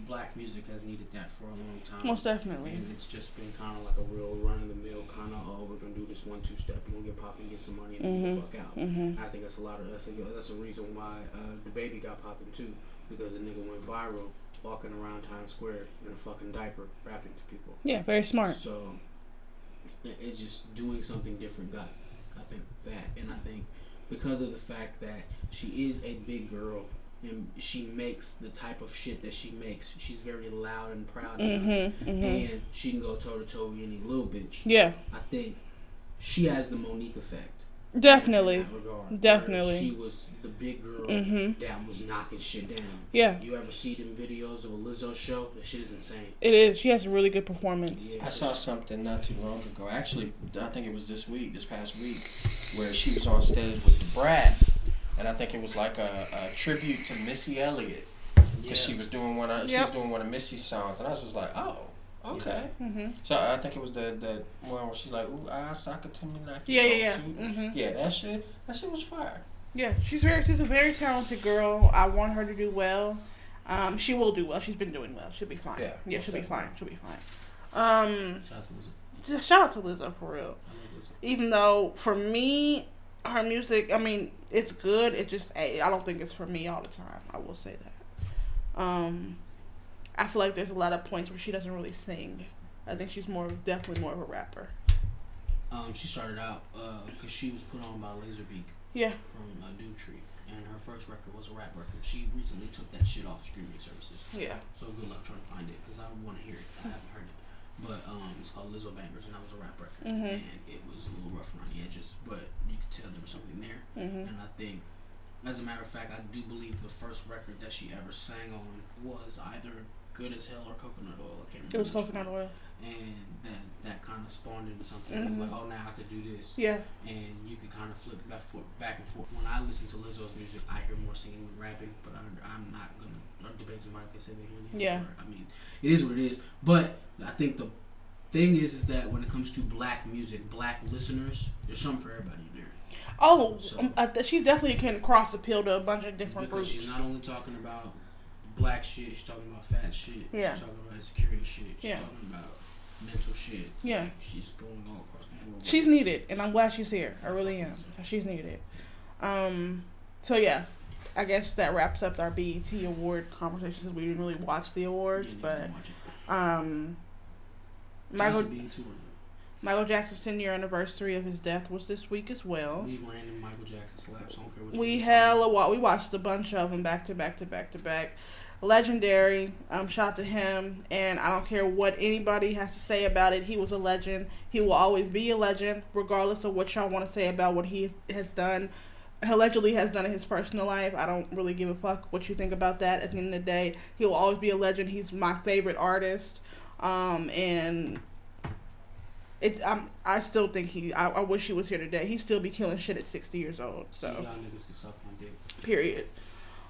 Speaker 7: Black music has needed that for a long time.
Speaker 3: Most definitely.
Speaker 7: And it's just been kind of like a real run of the mill kind of oh we're gonna do this one two step we're gonna get poppy get some money and then
Speaker 3: Mhm.
Speaker 7: fuck out.
Speaker 3: Mhm.
Speaker 7: I think that's a lot of that's a, that's a reason why uh, the baby got popping too because the nigga went viral walking around Times Square in a fucking diaper rapping to people.
Speaker 3: Yeah, very smart.
Speaker 7: So it- it's just doing something different got I think that and I think because of the fact that she is a big girl and she makes the type of shit that she makes. She's very loud and proud, about
Speaker 3: Mm-hmm,
Speaker 7: it. and she can go toe to toe with any little bitch.
Speaker 3: Yeah,
Speaker 7: I think she has the Monique effect.
Speaker 3: definitely.
Speaker 7: in that regard, where
Speaker 3: Definitely. Mm-hmm.
Speaker 7: She was the big girl that was knocking shit down.
Speaker 3: Yeah.
Speaker 7: You ever see them videos of a Lizzo show? That shit is insane.
Speaker 3: It is. She has a really good performance.
Speaker 7: Yeah.
Speaker 6: I saw something not too long ago. Actually, I think it was this week, this past week, where she was on stage with the Brat, and I think it was like a, a tribute to Missy Elliott because she was doing one. Of, She
Speaker 3: Yep.
Speaker 6: was doing one of Missy's songs, and I was just like, oh. Okay.
Speaker 3: Mm-hmm.
Speaker 6: So I think it was the the one where she's like, "Ooh, I suck it to me like you
Speaker 3: Yeah, yeah, yeah. Mm-hmm.
Speaker 6: don't too." Yeah, that shit, that shit was fire.
Speaker 3: Yeah, she's very. She's a very talented girl. I want her to do well. Um, she will do well. She's been doing well. She'll be fine.
Speaker 6: Yeah.
Speaker 3: she'll be fine. She'll be fine. Um,
Speaker 7: Shout out to Lizzo.
Speaker 3: just shout out to Lizzo for real.
Speaker 7: I love Lizzo.
Speaker 3: Even though for me, her music. I mean, it's good. It just. I I don't think it's for me all the time. I will say that. Um, I feel like there's a lot of points where she doesn't really sing. I think she's more definitely more of a rapper.
Speaker 7: Um, she started out because she was put on by Laserbeak
Speaker 3: Yeah.
Speaker 7: from uh, Doom Tree, and her first record was a rap record. She recently took that shit off streaming services.
Speaker 3: Yeah.
Speaker 7: So good luck trying to find it because I want to hear it. I haven't heard it. But um, it's called Lizzo Bangers, and I was a rap record,
Speaker 3: Mm-hmm.
Speaker 7: and it was a little rough around the edges, but you could tell there was something there.
Speaker 3: Mm-hmm.
Speaker 7: And I think, as a matter of fact, I do believe the first record that she ever sang on was either Good as Hell or Coconut Oil. I can't remember.
Speaker 3: It was
Speaker 7: which one.
Speaker 3: coconut oil.
Speaker 7: And that that kind of spawned into something. It was like, oh, now I could do this
Speaker 3: Mm-hmm. Yeah.
Speaker 7: and you can kind of flip back, forth, back and forth. When I listen to Lizzo's music, I hear more singing than rapping, but I, I'm not gonna I'll debate somebody if they say they hear the
Speaker 3: Yeah.
Speaker 7: N-word. I mean, it is what it is. But I think the thing is, is that when it comes to black music, black listeners, there's something for everybody in there.
Speaker 3: Oh,
Speaker 7: So-
Speaker 3: um, I th- she definitely can cross appeal to a bunch of different
Speaker 7: Because
Speaker 3: groups.
Speaker 7: she's not only talking about black shit, she's talking about fat shit.
Speaker 3: Yeah.
Speaker 7: She's talking about insecurity shit. She's
Speaker 3: Yeah.
Speaker 7: talking about mental shit.
Speaker 3: Yeah.
Speaker 7: Like, she's going all across the board.
Speaker 3: She's needed, and I'm glad she's here. I really am. She's needed. Um, so yeah, I guess that wraps up our BET award conversation since we didn't really watch the awards, but um, Michael
Speaker 7: Michael,
Speaker 3: Michael Jackson's 10 year anniversary of his death was this week as well.
Speaker 7: We ran in Michael Jackson slaps. I don't care what
Speaker 3: We
Speaker 7: you-
Speaker 3: hella wa- we watched a bunch of them back to back to back to back. Legendary. Um, shout to him, and I don't care what anybody has to say about it. He was a legend. He will always be a legend, regardless of what y'all want to say about what he has done, allegedly has done in his personal life. I don't really give a fuck what you think about that. At the end of the day, he will always be a legend. He's my favorite artist, um, and it's I'm, I still think he. I, I wish he was here today. He still be killing shit at sixty years old. So.
Speaker 7: Y'all niggas can suck my dick.
Speaker 3: Period.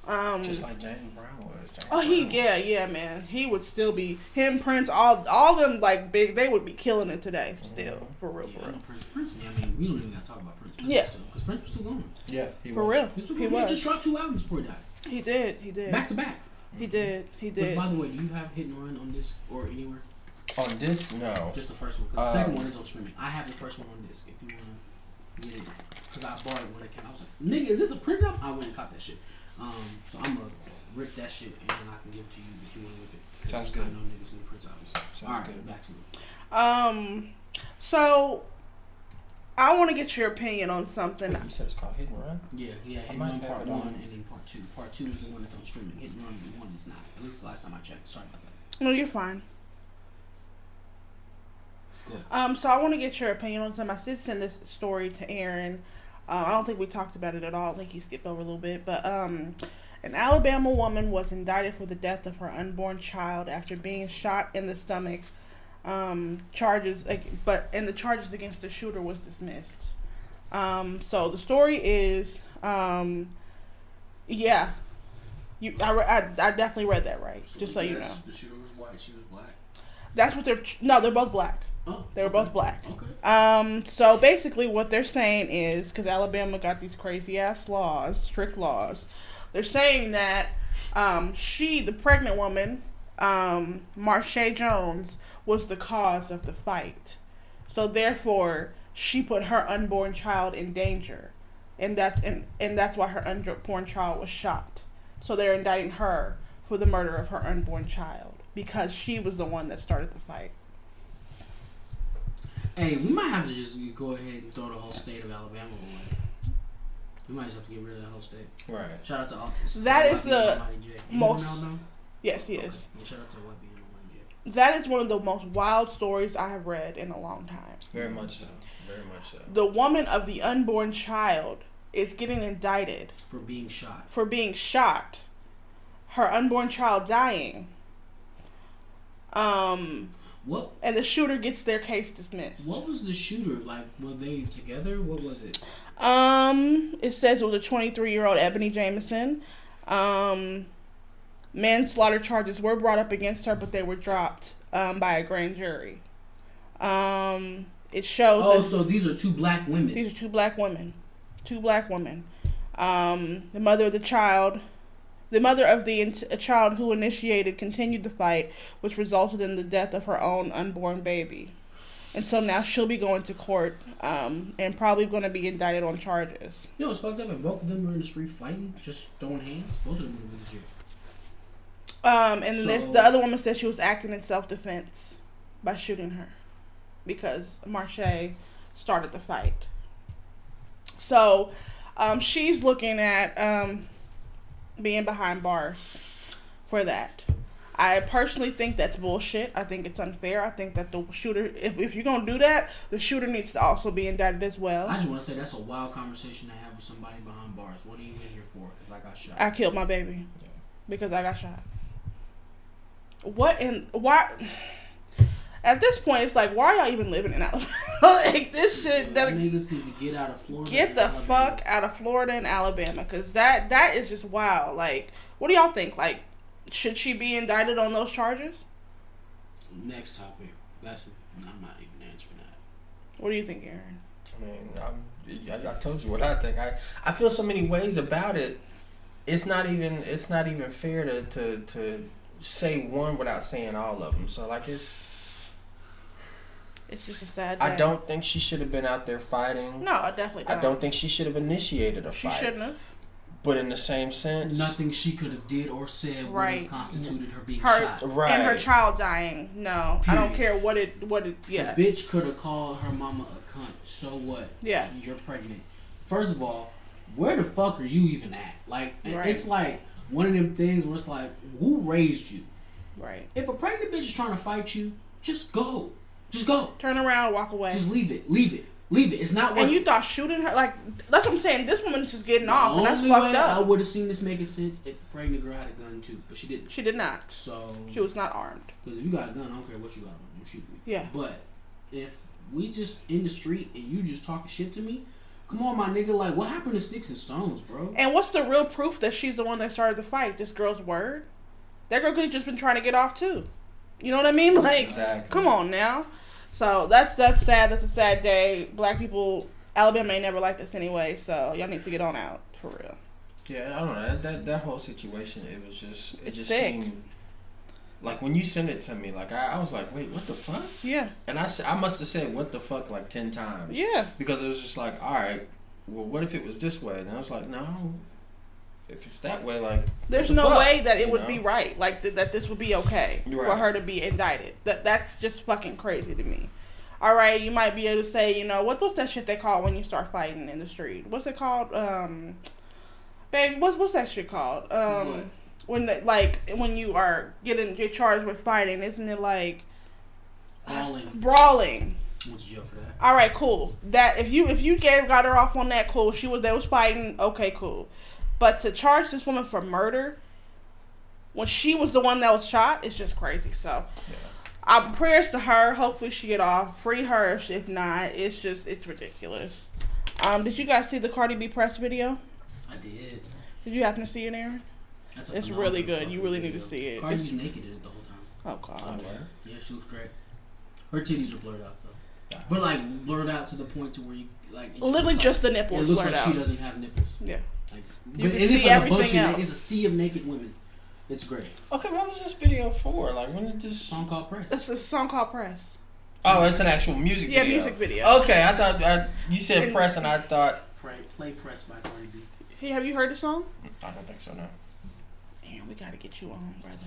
Speaker 3: Um,
Speaker 6: Just like James Brown was. James
Speaker 3: oh, he
Speaker 6: Brown.
Speaker 3: yeah yeah man, he would still be him Prince all all them like big they would be killing it today still for real
Speaker 7: Yeah,
Speaker 3: for
Speaker 7: I
Speaker 3: real
Speaker 7: know Prince. Prince, yeah, I mean, we don't even gotta talk about Prince. Prince
Speaker 3: Yeah.
Speaker 7: Because Prince was still going.
Speaker 6: yeah, he
Speaker 3: for
Speaker 6: was.
Speaker 3: real
Speaker 7: He, was,
Speaker 3: he was
Speaker 7: just dropped two albums before he died.
Speaker 3: he did he did
Speaker 7: Back to back.
Speaker 3: he did he
Speaker 7: Which,
Speaker 3: did
Speaker 7: by the way, do you have Hit and Run on this or anywhere?
Speaker 6: On this, no.
Speaker 7: Just the first one. Because the second
Speaker 6: Um,
Speaker 7: one is on streaming. I have the first one on disc if you want to get it. Because I bought it when it came out. I was like, nigga, is this a Prince album? I went and caught that shit. Um, so I'm going to rip that shit and then I can give it to you if you want to rip it. 'Cause
Speaker 6: Sounds
Speaker 7: I
Speaker 6: good.
Speaker 7: know niggas new Prince albums.
Speaker 6: Sounds
Speaker 7: All right,
Speaker 6: good.
Speaker 7: back to it.
Speaker 3: um so I want to get your opinion on something
Speaker 6: You said it's called Hit and Run.
Speaker 7: Yeah, yeah, Hit and
Speaker 6: might
Speaker 7: Run
Speaker 6: have
Speaker 7: Part
Speaker 6: it
Speaker 7: 1
Speaker 6: on.
Speaker 7: and then Part 2. Part 2 is the one that's on streaming. Hit and Run 1 is not. At least the last time I checked. Sorry about that.
Speaker 3: no you're fine
Speaker 7: Good.
Speaker 3: um so I want to get your opinion on something I did send this story to Aaron uh, I don't think we talked about it at all I think he skipped over a little bit but um An Alabama woman was indicted for the death of her unborn child after being shot in the stomach. Um, charges, ag- but and the charges against the shooter was dismissed. Um, so the story is, um, yeah, you, I, re- I, I definitely read that right. Just so you know,
Speaker 7: The shooter was white, she was black.
Speaker 3: that's what they're. No, they're both black.
Speaker 7: Oh,
Speaker 3: They were both black.
Speaker 7: Okay.
Speaker 3: Um, so basically, what they're saying is because Alabama got these crazy ass laws, strict laws, they're saying that um, she, the pregnant woman, um, Marsha Jones, was the cause of the fight. So therefore, she put her unborn child in danger, and that's and, and that's why her unborn child was shot. So they're indicting her for the murder of her unborn child because she was the one that started the fight.
Speaker 7: Hey, we might have to just go ahead and throw the whole state of Alabama away. We might just have to get rid of that whole state.
Speaker 6: Right.
Speaker 7: Shout out to all.
Speaker 3: That is
Speaker 7: White people
Speaker 3: the
Speaker 7: and Mighty J. Anyone
Speaker 3: most-
Speaker 7: else know?
Speaker 3: Yes, yes.
Speaker 7: Yeah, shout out to white people and Mighty J.
Speaker 3: That is one of the most wild stories I have read in a long time.
Speaker 6: Very much so. Very much so.
Speaker 3: The woman of the unborn child is getting indicted
Speaker 7: for being shot.
Speaker 3: for being shot, her unborn child dying. Um,
Speaker 7: What
Speaker 3: and the shooter gets their case dismissed.
Speaker 7: What was the shooter like? Were they together? What was it?
Speaker 3: Um, it says it was a 23 year old Ebony Jameson. Um, manslaughter charges were brought up against her, but they were dropped um, by a grand jury. Um, it shows.
Speaker 7: Oh,
Speaker 3: that-
Speaker 7: so these are two black women.
Speaker 3: These are two black women. Two black women. Um, the mother of the child, the mother of the in- a child who initiated, continued the fight, which resulted in the death of her own unborn baby. And so now she'll be going to court um, and probably going to be indicted on charges.
Speaker 7: You know, it's fucked up. If both of them were in the street fighting, just throwing hands, both of them would have been jail.
Speaker 3: Um, and then there's
Speaker 7: So-
Speaker 3: the other woman said she was acting in self defense by shooting her because Marche started the fight. So um, she's looking at um, being behind bars for that. I personally think that's bullshit. I think it's unfair. I think that the shooter, if, if you're going to do that, the shooter needs to also be indicted as well.
Speaker 7: I just want to say that's a wild conversation to have with somebody behind bars. What are you in here for? Because I got shot.
Speaker 3: I killed my baby because I got shot. What in why? At this point, it's like, why are y'all even living in Alabama? like this shit that
Speaker 7: niggas need to get out of Florida.
Speaker 3: get the
Speaker 7: Alabama.
Speaker 3: fuck out of Florida and Alabama because that that is just wild. Like, what do y'all think? Like, should she be indicted on those charges?
Speaker 7: Next topic. That's I'm not even answering that.
Speaker 3: What do you think, Aaron?
Speaker 6: I mean, I'm, I, I told you what I think. I, I feel so many ways about it. It's not even it's not even fair to, to to say one without saying all of them. So like it's
Speaker 3: It's just a sad. Day.
Speaker 6: I don't think she should have been out there fighting.
Speaker 3: No, I definitely.
Speaker 6: I
Speaker 3: Don't.
Speaker 6: don't think she should have initiated a
Speaker 3: She
Speaker 6: fight.
Speaker 3: shouldn't have.
Speaker 6: But in the same sense,
Speaker 7: Nothing she could have did or said would
Speaker 3: Right.
Speaker 7: have constituted her being
Speaker 3: Her
Speaker 7: shot.
Speaker 6: Right.
Speaker 3: and her child dying. No, I don't
Speaker 7: Period.
Speaker 3: care what it what it. Yeah,
Speaker 7: The bitch could have called her mama a cunt. So what?
Speaker 3: Yeah.
Speaker 7: You're pregnant. First of all, where the fuck are you even at? Like, it-
Speaker 3: Right.
Speaker 7: it's like one of them things where it's like, who raised you?
Speaker 3: right.
Speaker 7: If a pregnant bitch is trying to fight you, just go. Just go.
Speaker 3: Turn around, walk away.
Speaker 7: Just leave it. Leave it. Leave it. It's not worth
Speaker 3: And you thought shooting her like that's what I'm saying. This woman's just getting
Speaker 7: The
Speaker 3: off, and that's
Speaker 7: only
Speaker 3: fucked
Speaker 7: way I
Speaker 3: up.
Speaker 7: would have seen this making sense if the pregnant girl had a gun too, but she didn't.
Speaker 3: She did not.
Speaker 7: So,
Speaker 3: She was not armed.
Speaker 7: because if you got a gun, I don't care what you got on you, shoot me.
Speaker 3: Yeah.
Speaker 7: But if we just in the street and you just talking shit to me, come on, my nigga. Like, what happened to sticks and stones, bro?
Speaker 3: And what's the real proof that she's the one that started the fight? This girl's word. That girl could have just been trying to get off too. You know what I mean? Like,
Speaker 6: Exactly.
Speaker 3: come on now. So that's that's sad. That's a sad day. Black people, Alabama ain't never like this anyway. So y'all need to get on out for real.
Speaker 6: Yeah, I don't know. That, that that whole situation, it was just it
Speaker 3: It's
Speaker 6: just
Speaker 3: sick.
Speaker 6: seemed like when you sent it to me, like I, I was like, wait, what the fuck?
Speaker 3: Yeah,
Speaker 6: And I s- I must have said what the fuck like ten times.
Speaker 3: yeah.
Speaker 6: Because it was just like, all right, well, what if it was this way? And I was like, no. If it's that way, like
Speaker 3: There's
Speaker 6: what the
Speaker 3: no
Speaker 6: fuck?
Speaker 3: way that it
Speaker 6: You
Speaker 3: would
Speaker 6: know?
Speaker 3: be right. Like th- that, this would be okay for
Speaker 6: Right.
Speaker 3: her to be indicted. That that's just fucking crazy to me. All right, you might be able to say, you know, what what's that shit they call when you start fighting in the street? What's it called? Um, babe, what's what's that shit called? Um,
Speaker 7: What?
Speaker 3: when the, like when you are getting get charged with fighting, isn't it like
Speaker 7: Falling.
Speaker 3: brawling?
Speaker 7: Went to jail for that.
Speaker 3: All right, cool. That if you if you gave got her off on that, cool. She was there was fighting. Okay, cool. But to charge this woman for murder when she was the one that was shot is just crazy. So, um, prayers to her. Hopefully she get off. Free her if- if not. It's just it's ridiculous. Um, did you guys see the Cardi B press video?
Speaker 7: I did.
Speaker 3: Did you happen to see it, Aaron?
Speaker 7: That's a
Speaker 3: It's really
Speaker 7: phenomenal
Speaker 3: good.
Speaker 7: fucking
Speaker 3: You really need to
Speaker 7: video.
Speaker 3: see it.
Speaker 7: Cardi
Speaker 3: It's-
Speaker 7: B naked in it the whole time.
Speaker 3: Oh God.
Speaker 7: Yeah, she looks great. Her titties are blurred out though, but like blurred out to the point to where you like it
Speaker 3: Literally
Speaker 7: looks
Speaker 3: just
Speaker 7: like,
Speaker 3: the nipples
Speaker 7: It looks
Speaker 3: blurred
Speaker 7: like
Speaker 3: out.
Speaker 7: she doesn't have nipples.
Speaker 3: Yeah.
Speaker 7: Like,
Speaker 3: You
Speaker 7: but
Speaker 3: can
Speaker 7: it is
Speaker 3: see
Speaker 7: like a bunch of
Speaker 3: everything
Speaker 7: na-
Speaker 3: else.
Speaker 7: it's a sea of naked women. It's great.
Speaker 6: Okay, what was this video for? Like, when did this?
Speaker 7: Song called Press.
Speaker 3: It's a song called Press.
Speaker 6: Oh, it's an actual music
Speaker 3: Yeah,
Speaker 6: video.
Speaker 3: music video.
Speaker 6: Okay, I thought I, you said
Speaker 3: And-
Speaker 6: press, and I thought
Speaker 7: Pray, play Press by Cardi B.
Speaker 3: Hey, have you heard the song?
Speaker 6: I don't think so. No,
Speaker 3: Damn, we gotta get you on, brother.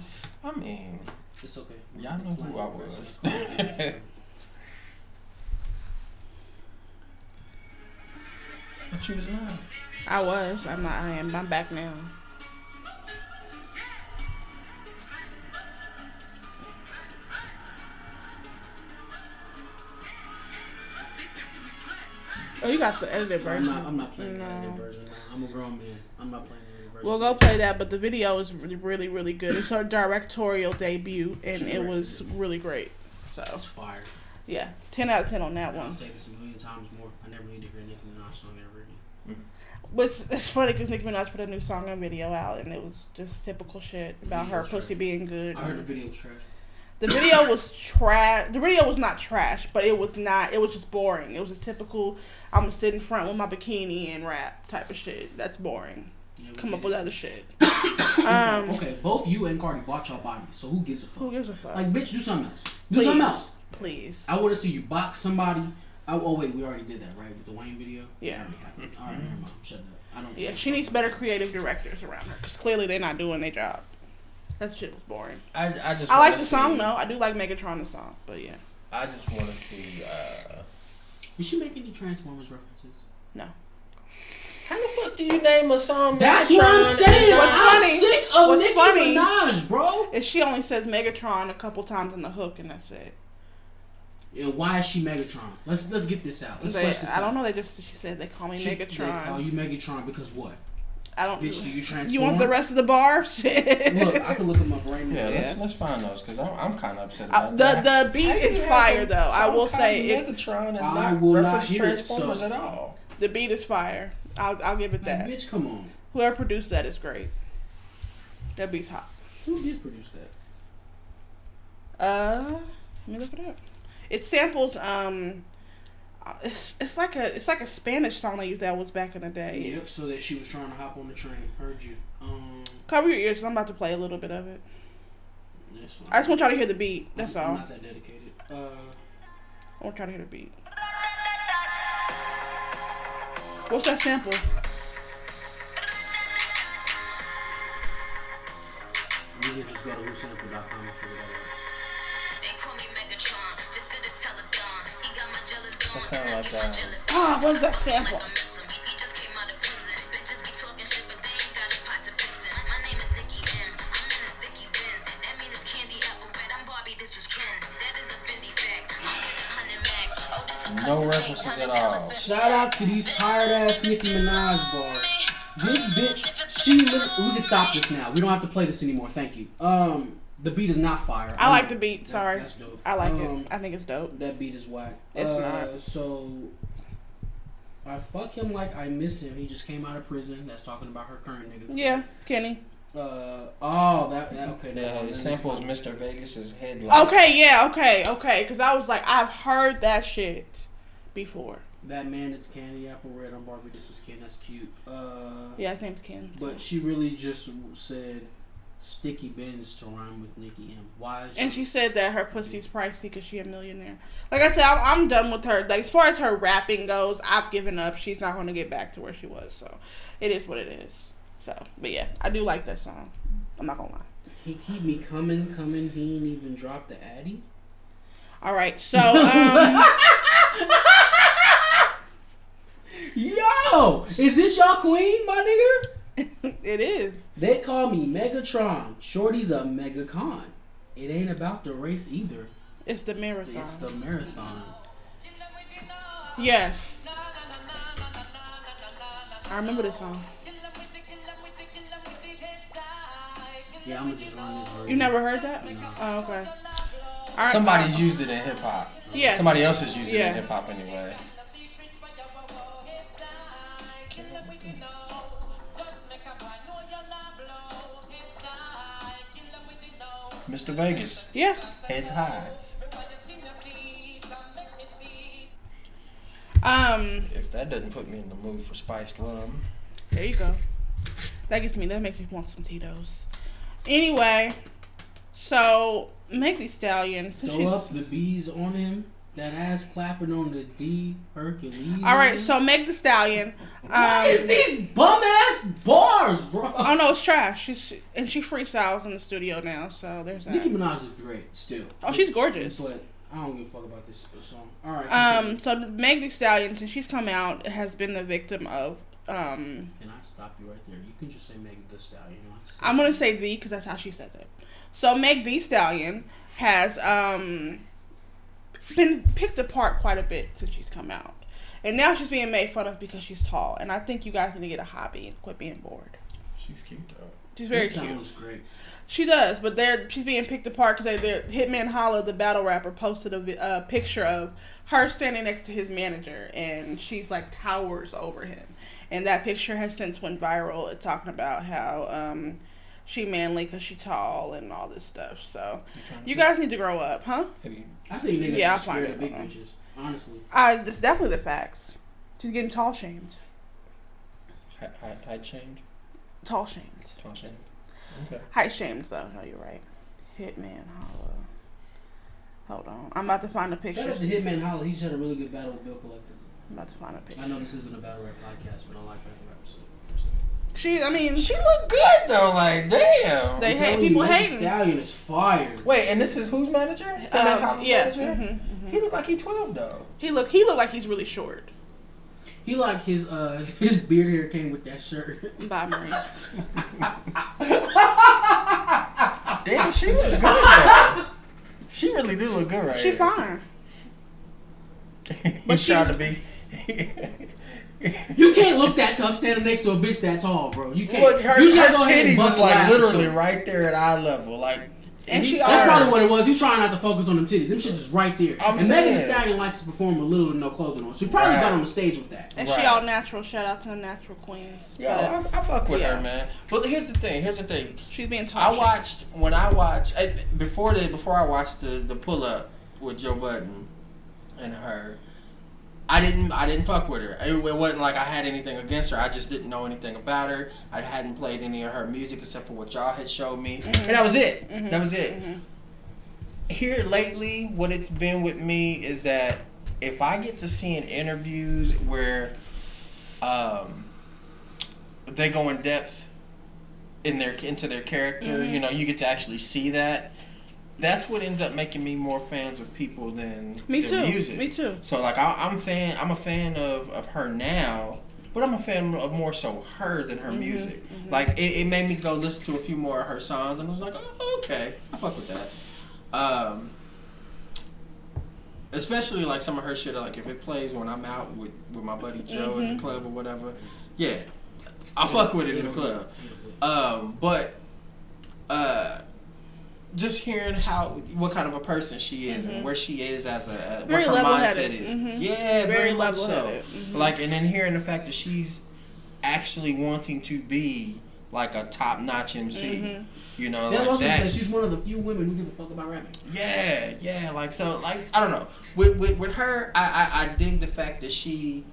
Speaker 6: I mean,
Speaker 7: It's okay.
Speaker 6: y'all know who I
Speaker 7: Press
Speaker 6: was.
Speaker 7: by Cardi B. It's okay.
Speaker 6: But you was lying.
Speaker 3: I was. I'm not. I am. I'm back now. Oh, you got the edited
Speaker 7: I'm
Speaker 3: version.
Speaker 7: not, I'm not playing that
Speaker 3: No.
Speaker 7: edited version. man. I'm a grown man. I'm not playing that version.
Speaker 3: We'll go play that, but the video is really, really, really good. It's her directorial debut, and it was really great. So,
Speaker 7: That's fire.
Speaker 3: yeah, 10 out of 10 on that
Speaker 7: I'll
Speaker 3: one.
Speaker 7: say this a million times more. I never need to hear Nicki Minaj song ever again.
Speaker 3: But it's, it's funny because Nicki Minaj put a new song and video out, and it was just typical shit about her pussy being good.
Speaker 7: I heard the video was trash.
Speaker 3: The video was trash. The video was not trash, but it was not. It was just boring. It was just typical. I'm gonna sit in front with my bikini and rap type of shit. That's boring.
Speaker 7: Yeah, we
Speaker 3: Come up
Speaker 7: did
Speaker 3: with
Speaker 7: it.
Speaker 3: other shit.
Speaker 7: Like,
Speaker 3: Um,
Speaker 7: okay, both you and Cardi bought y'all bodies, so who gives a fuck?
Speaker 3: who gives a fuck?
Speaker 7: Like, bitch, do something else. Do something
Speaker 3: please,
Speaker 7: else.
Speaker 3: please.
Speaker 7: I want to see you box somebody. I, oh wait, we already did that, right? With the Wayne video.
Speaker 3: Yeah.
Speaker 7: All right, never mind. Shut up. I don't.
Speaker 3: Yeah, she needs better creative directors around her because clearly they're not doing their job. That shit was boring.
Speaker 6: I, I just
Speaker 3: I
Speaker 6: wanna
Speaker 3: like the
Speaker 6: see-
Speaker 3: song though. I do like Megatron the song, but yeah,
Speaker 6: I just want to see. Uh,
Speaker 7: Did she make any Transformers references?
Speaker 3: no.
Speaker 6: how the fuck do you name a song?
Speaker 7: That's
Speaker 6: Megatron
Speaker 7: what I'm
Speaker 6: and
Speaker 7: saying.
Speaker 3: What's
Speaker 7: I'm
Speaker 3: funny-
Speaker 7: sick of
Speaker 3: what's
Speaker 7: Nicki
Speaker 3: funny-
Speaker 7: Minaj, bro.
Speaker 3: And she only says Megatron a couple times in the hook, and that's it.
Speaker 7: And why is she Megatron? Let's let's get this out. Let's
Speaker 3: They,
Speaker 7: flesh this
Speaker 3: I
Speaker 7: out.
Speaker 3: don't know. They just she said they call me
Speaker 7: She-
Speaker 3: Megatron.
Speaker 7: They call you Megatron because what?
Speaker 3: I don't.
Speaker 7: Bitch, do you transform?
Speaker 3: You want the rest of the bar? Uh, Shit.
Speaker 7: Look, I can look them up right now.
Speaker 6: Yeah, let's,
Speaker 3: Yeah.
Speaker 6: let's find those because I'm, I'm kind of upset
Speaker 3: Uh, the
Speaker 6: about that.
Speaker 3: the beat is fire though. I will say it,
Speaker 6: Megatron and
Speaker 7: I
Speaker 6: not
Speaker 7: will not
Speaker 6: reference
Speaker 7: hear it, so-
Speaker 6: Transformers at all.
Speaker 3: the beat is fire. I'll I'll give it
Speaker 7: Like,
Speaker 3: that.
Speaker 7: bitch, come on.
Speaker 3: Whoever produced that is great. That beat's hot.
Speaker 7: Who did produce that?
Speaker 3: Uh, let me look it up. It samples um, uh, it's, it's like a it's like a Spanish song they used that was back in the day.
Speaker 7: Yep. So that she was trying to hop on the train. Heard you. Um.
Speaker 3: Cover your ears. I'm about to play a little bit of it.
Speaker 7: That's fine.
Speaker 3: I just want y'all to hear the beat. That's
Speaker 7: I'm
Speaker 3: all.
Speaker 7: not that dedicated. Uh.
Speaker 3: I want y'all to hear the beat. What's that sample?
Speaker 7: You can just go to whosample.com and figure that
Speaker 9: They call me Megatron, just did a telethon. He got my jealous on,
Speaker 6: sound
Speaker 9: and I
Speaker 6: like,
Speaker 9: get my jealous
Speaker 6: uh,
Speaker 3: Ah, what is that sample?
Speaker 9: like I miss him. He just came out of prison. Bitches be talking shit, but they ain't got a pot to piss in. My name is Nikki M. I'm in a sticky bins. That mean it's candy apple red. I'm Barbie, this is Ken. That is a Fendi fact. I'm with the 100 max. Oh, this is
Speaker 6: No
Speaker 9: custom made.
Speaker 6: references at all.
Speaker 7: out. Shout out to these tired ass Nicki Minaj bars. This bitch, she lit- we can stop this now. We don't have to play this anymore. Thank you. Um, the beat is not fire.
Speaker 3: I like the beat.
Speaker 7: That-
Speaker 3: Sorry,
Speaker 7: that's dope.
Speaker 3: I like
Speaker 7: Um,
Speaker 3: it. I think it's dope.
Speaker 7: That beat is whack.
Speaker 3: It's
Speaker 7: Uh,
Speaker 3: not.
Speaker 7: So I fuck him like I miss him. He just came out of prison. That's talking about her current nigga.
Speaker 3: Yeah, Kenny.
Speaker 7: Uh oh, that, that okay. never
Speaker 6: Yeah,
Speaker 7: mind. That
Speaker 6: it
Speaker 7: makes-
Speaker 6: samples Mr. Vegas's
Speaker 7: um,
Speaker 6: headline.
Speaker 3: Okay, yeah, okay, okay. Because I was like, I've heard that shit before.
Speaker 7: That man, it's candy apple red on Barbie. This is Ken. That's cute. Uh,
Speaker 3: Yeah, his name's Ken.
Speaker 7: But she really just said sticky bins to rhyme with Nikki M. Why is
Speaker 3: And she said that her pussy's pricey because she a millionaire. Like I said, I'm, I'm done with her. Like as far as her rapping goes, I've given up. She's not going to get back to where she was. So it is what it is. So, but yeah, I do like that song. I'm not gonna lie.
Speaker 7: he keep me coming, coming? He ain't even dropped the Addy.
Speaker 3: All right, so um,
Speaker 7: Yo, is this y'all queen, my nigga?
Speaker 3: it is.
Speaker 7: They call me Megatron. Shorty's a megacon. It ain't about the race either.
Speaker 3: It's the marathon.
Speaker 7: It's the marathon.
Speaker 3: yes. I remember this song.
Speaker 7: Yeah, I'm gonna just run this version.
Speaker 3: You never heard that? Oh, okay. All right,
Speaker 6: Somebody's used it in hip hop.
Speaker 3: Yeah.
Speaker 6: Somebody else has used it
Speaker 3: Yeah.
Speaker 6: in hip hop anyway. Mr. Vegas,
Speaker 3: Yeah.
Speaker 6: heads high.
Speaker 3: Um.
Speaker 6: If that doesn't put me in the mood for spiced rum,
Speaker 3: There you go. That gets me. That makes me want some Tito's. Anyway, so make these stallions.
Speaker 7: Throw up the bees on him. That ass clapping on the D Hercules.
Speaker 3: All right, so make the stallion. Um,
Speaker 7: What is these bum ass bars, bro?
Speaker 3: oh no, it's trash. She's and she freestyles in the studio now, so there's
Speaker 7: Nicki
Speaker 3: that.
Speaker 7: Minaj is great still.
Speaker 3: Oh, she's gorgeous.
Speaker 7: But I don't give a fuck about this song. All right.
Speaker 3: Um, so Meg Thee Stallion, since she's come out, has been the victim of um,
Speaker 7: And I stop you right there. You can just say Megan Thee Stallion. You don't have to say
Speaker 3: I'm gonna say the because that's how she says it. So Meg the Stallion has um been picked apart quite a bit since she's come out, and now she's being made fun of because she's tall. And I think you guys need to get a hobby and quit being bored.
Speaker 6: She's cute though.
Speaker 3: She's
Speaker 7: Megan
Speaker 3: very
Speaker 7: Thee Stallion
Speaker 3: cute.
Speaker 7: looks great.
Speaker 3: She does, but they're she's being picked apart because they, they Hitman Holla, the battle rapper, posted a vi- uh, picture of her standing next to his manager, and she's like towers over him. And that picture has since went viral, It's talking about how um, she manly because she tall and all this stuff. So you guys need to grow up, huh?
Speaker 7: I think niggas
Speaker 3: Yeah,
Speaker 7: yeah,
Speaker 3: I'll
Speaker 7: should
Speaker 3: find
Speaker 7: scared
Speaker 3: it.
Speaker 7: of big
Speaker 3: Hold on.
Speaker 7: bitches. Honestly.
Speaker 3: I that's definitely the facts. She's getting tall shamed,
Speaker 6: Height, height, height change?
Speaker 3: tall shamed,
Speaker 6: Tall change. Okay.
Speaker 3: height shamed. Though no, you're right. Hitman Holla. Hold on, I'm about to find a picture.
Speaker 7: Shout out to
Speaker 3: I'm
Speaker 7: Hitman Holly. He's had a really good battle with Bill Collector.
Speaker 3: about to find a picture.
Speaker 7: I know this isn't a battle rap podcast, but I like battle rap. So.
Speaker 3: She, I mean,
Speaker 6: She look good though, like damn.
Speaker 3: They
Speaker 7: Tell
Speaker 3: hate
Speaker 7: you,
Speaker 3: people
Speaker 7: Megan Thee
Speaker 3: hating.
Speaker 7: Stallion is fire.
Speaker 6: Wait, and this is whose manager? Hitman
Speaker 3: Um,
Speaker 6: Hollis'
Speaker 3: yeah. Mm-hmm.
Speaker 6: manager? He look like he twelve though.
Speaker 3: He look he look like he's really short.
Speaker 7: He like his uh his beard hair came with that shirt.
Speaker 3: Bye, Maurice.
Speaker 6: Damn, she look good though. She really do look good right
Speaker 3: she
Speaker 6: here.
Speaker 3: fine.
Speaker 6: But
Speaker 3: But
Speaker 6: trying
Speaker 3: she's-
Speaker 6: to be.
Speaker 7: You can't look that tough standing next to a bitch that tall, bro. You can't.
Speaker 6: Look, her,
Speaker 7: you
Speaker 6: her
Speaker 7: just go ahead and
Speaker 6: titties
Speaker 7: bust
Speaker 6: is
Speaker 7: a laugh
Speaker 6: like
Speaker 7: or
Speaker 6: literally
Speaker 7: something.
Speaker 6: right there at eye level. Like,
Speaker 3: And
Speaker 6: he
Speaker 3: she-
Speaker 6: tired.
Speaker 7: That's probably what it was. He's trying not to focus on them titties. Them shits is right there.
Speaker 6: I'm
Speaker 7: and Megan Thee
Speaker 6: saying.
Speaker 7: Stallion likes to perform with little to no clothing on. So he probably
Speaker 6: Right.
Speaker 7: got on the stage with that.
Speaker 3: And
Speaker 6: Right.
Speaker 3: she all natural. Shout out to the natural queens.
Speaker 6: Yo,
Speaker 3: But
Speaker 6: I, I fuck with
Speaker 3: Yeah.
Speaker 6: her, man. But here's the thing. Here's the thing.
Speaker 3: she's being tall.
Speaker 6: I watched when I watched I, before the before I watched the the pull up with Joe Budden and her. I didn't I didn't fuck with her. It, it wasn't like I had anything against her. I just didn't know anything about her. I hadn't played any of her music except for what y'all had showed me, and that was it. That was it. Mm-hmm. Here lately, what it's been with me is that if I get to see in interviews where um, they go in depth in their into their character. You
Speaker 3: Mm-hmm.
Speaker 6: know, you get to actually see that. That's what ends up making me more fans of people than
Speaker 3: Me
Speaker 6: than
Speaker 3: too.
Speaker 6: Music.
Speaker 3: Me too.
Speaker 6: So like I, I'm fan. I'm a fan of of her now. But I'm a fan of more so her than her music. Like it, it made me go listen to a few more of her songs, and I was like, oh, okay, I fuck with that. Um, especially like some of her shit. Like if it plays when I'm out with with my buddy Joe in the club or whatever, yeah, I fuck with it in the club. Um, but uh, just hearing how what kind of a person she is and where she is as a
Speaker 3: Mm-hmm.
Speaker 6: uh,
Speaker 3: Very
Speaker 6: what her mindset
Speaker 3: level-headed.
Speaker 6: is.
Speaker 3: Mhm.
Speaker 6: Yeah, very,
Speaker 3: Very
Speaker 6: much so.
Speaker 3: level-headed. Mm-hmm.
Speaker 6: Like and then hearing the fact that she's actually wanting to be like a top notch MC.
Speaker 3: Mm-hmm.
Speaker 6: You know,
Speaker 7: That
Speaker 6: like
Speaker 7: also
Speaker 6: that.
Speaker 7: says she's one of the few women who give a fuck about rapping.
Speaker 6: Yeah, yeah, like so, like I don't know. With with, with her, I, I I dig the fact that she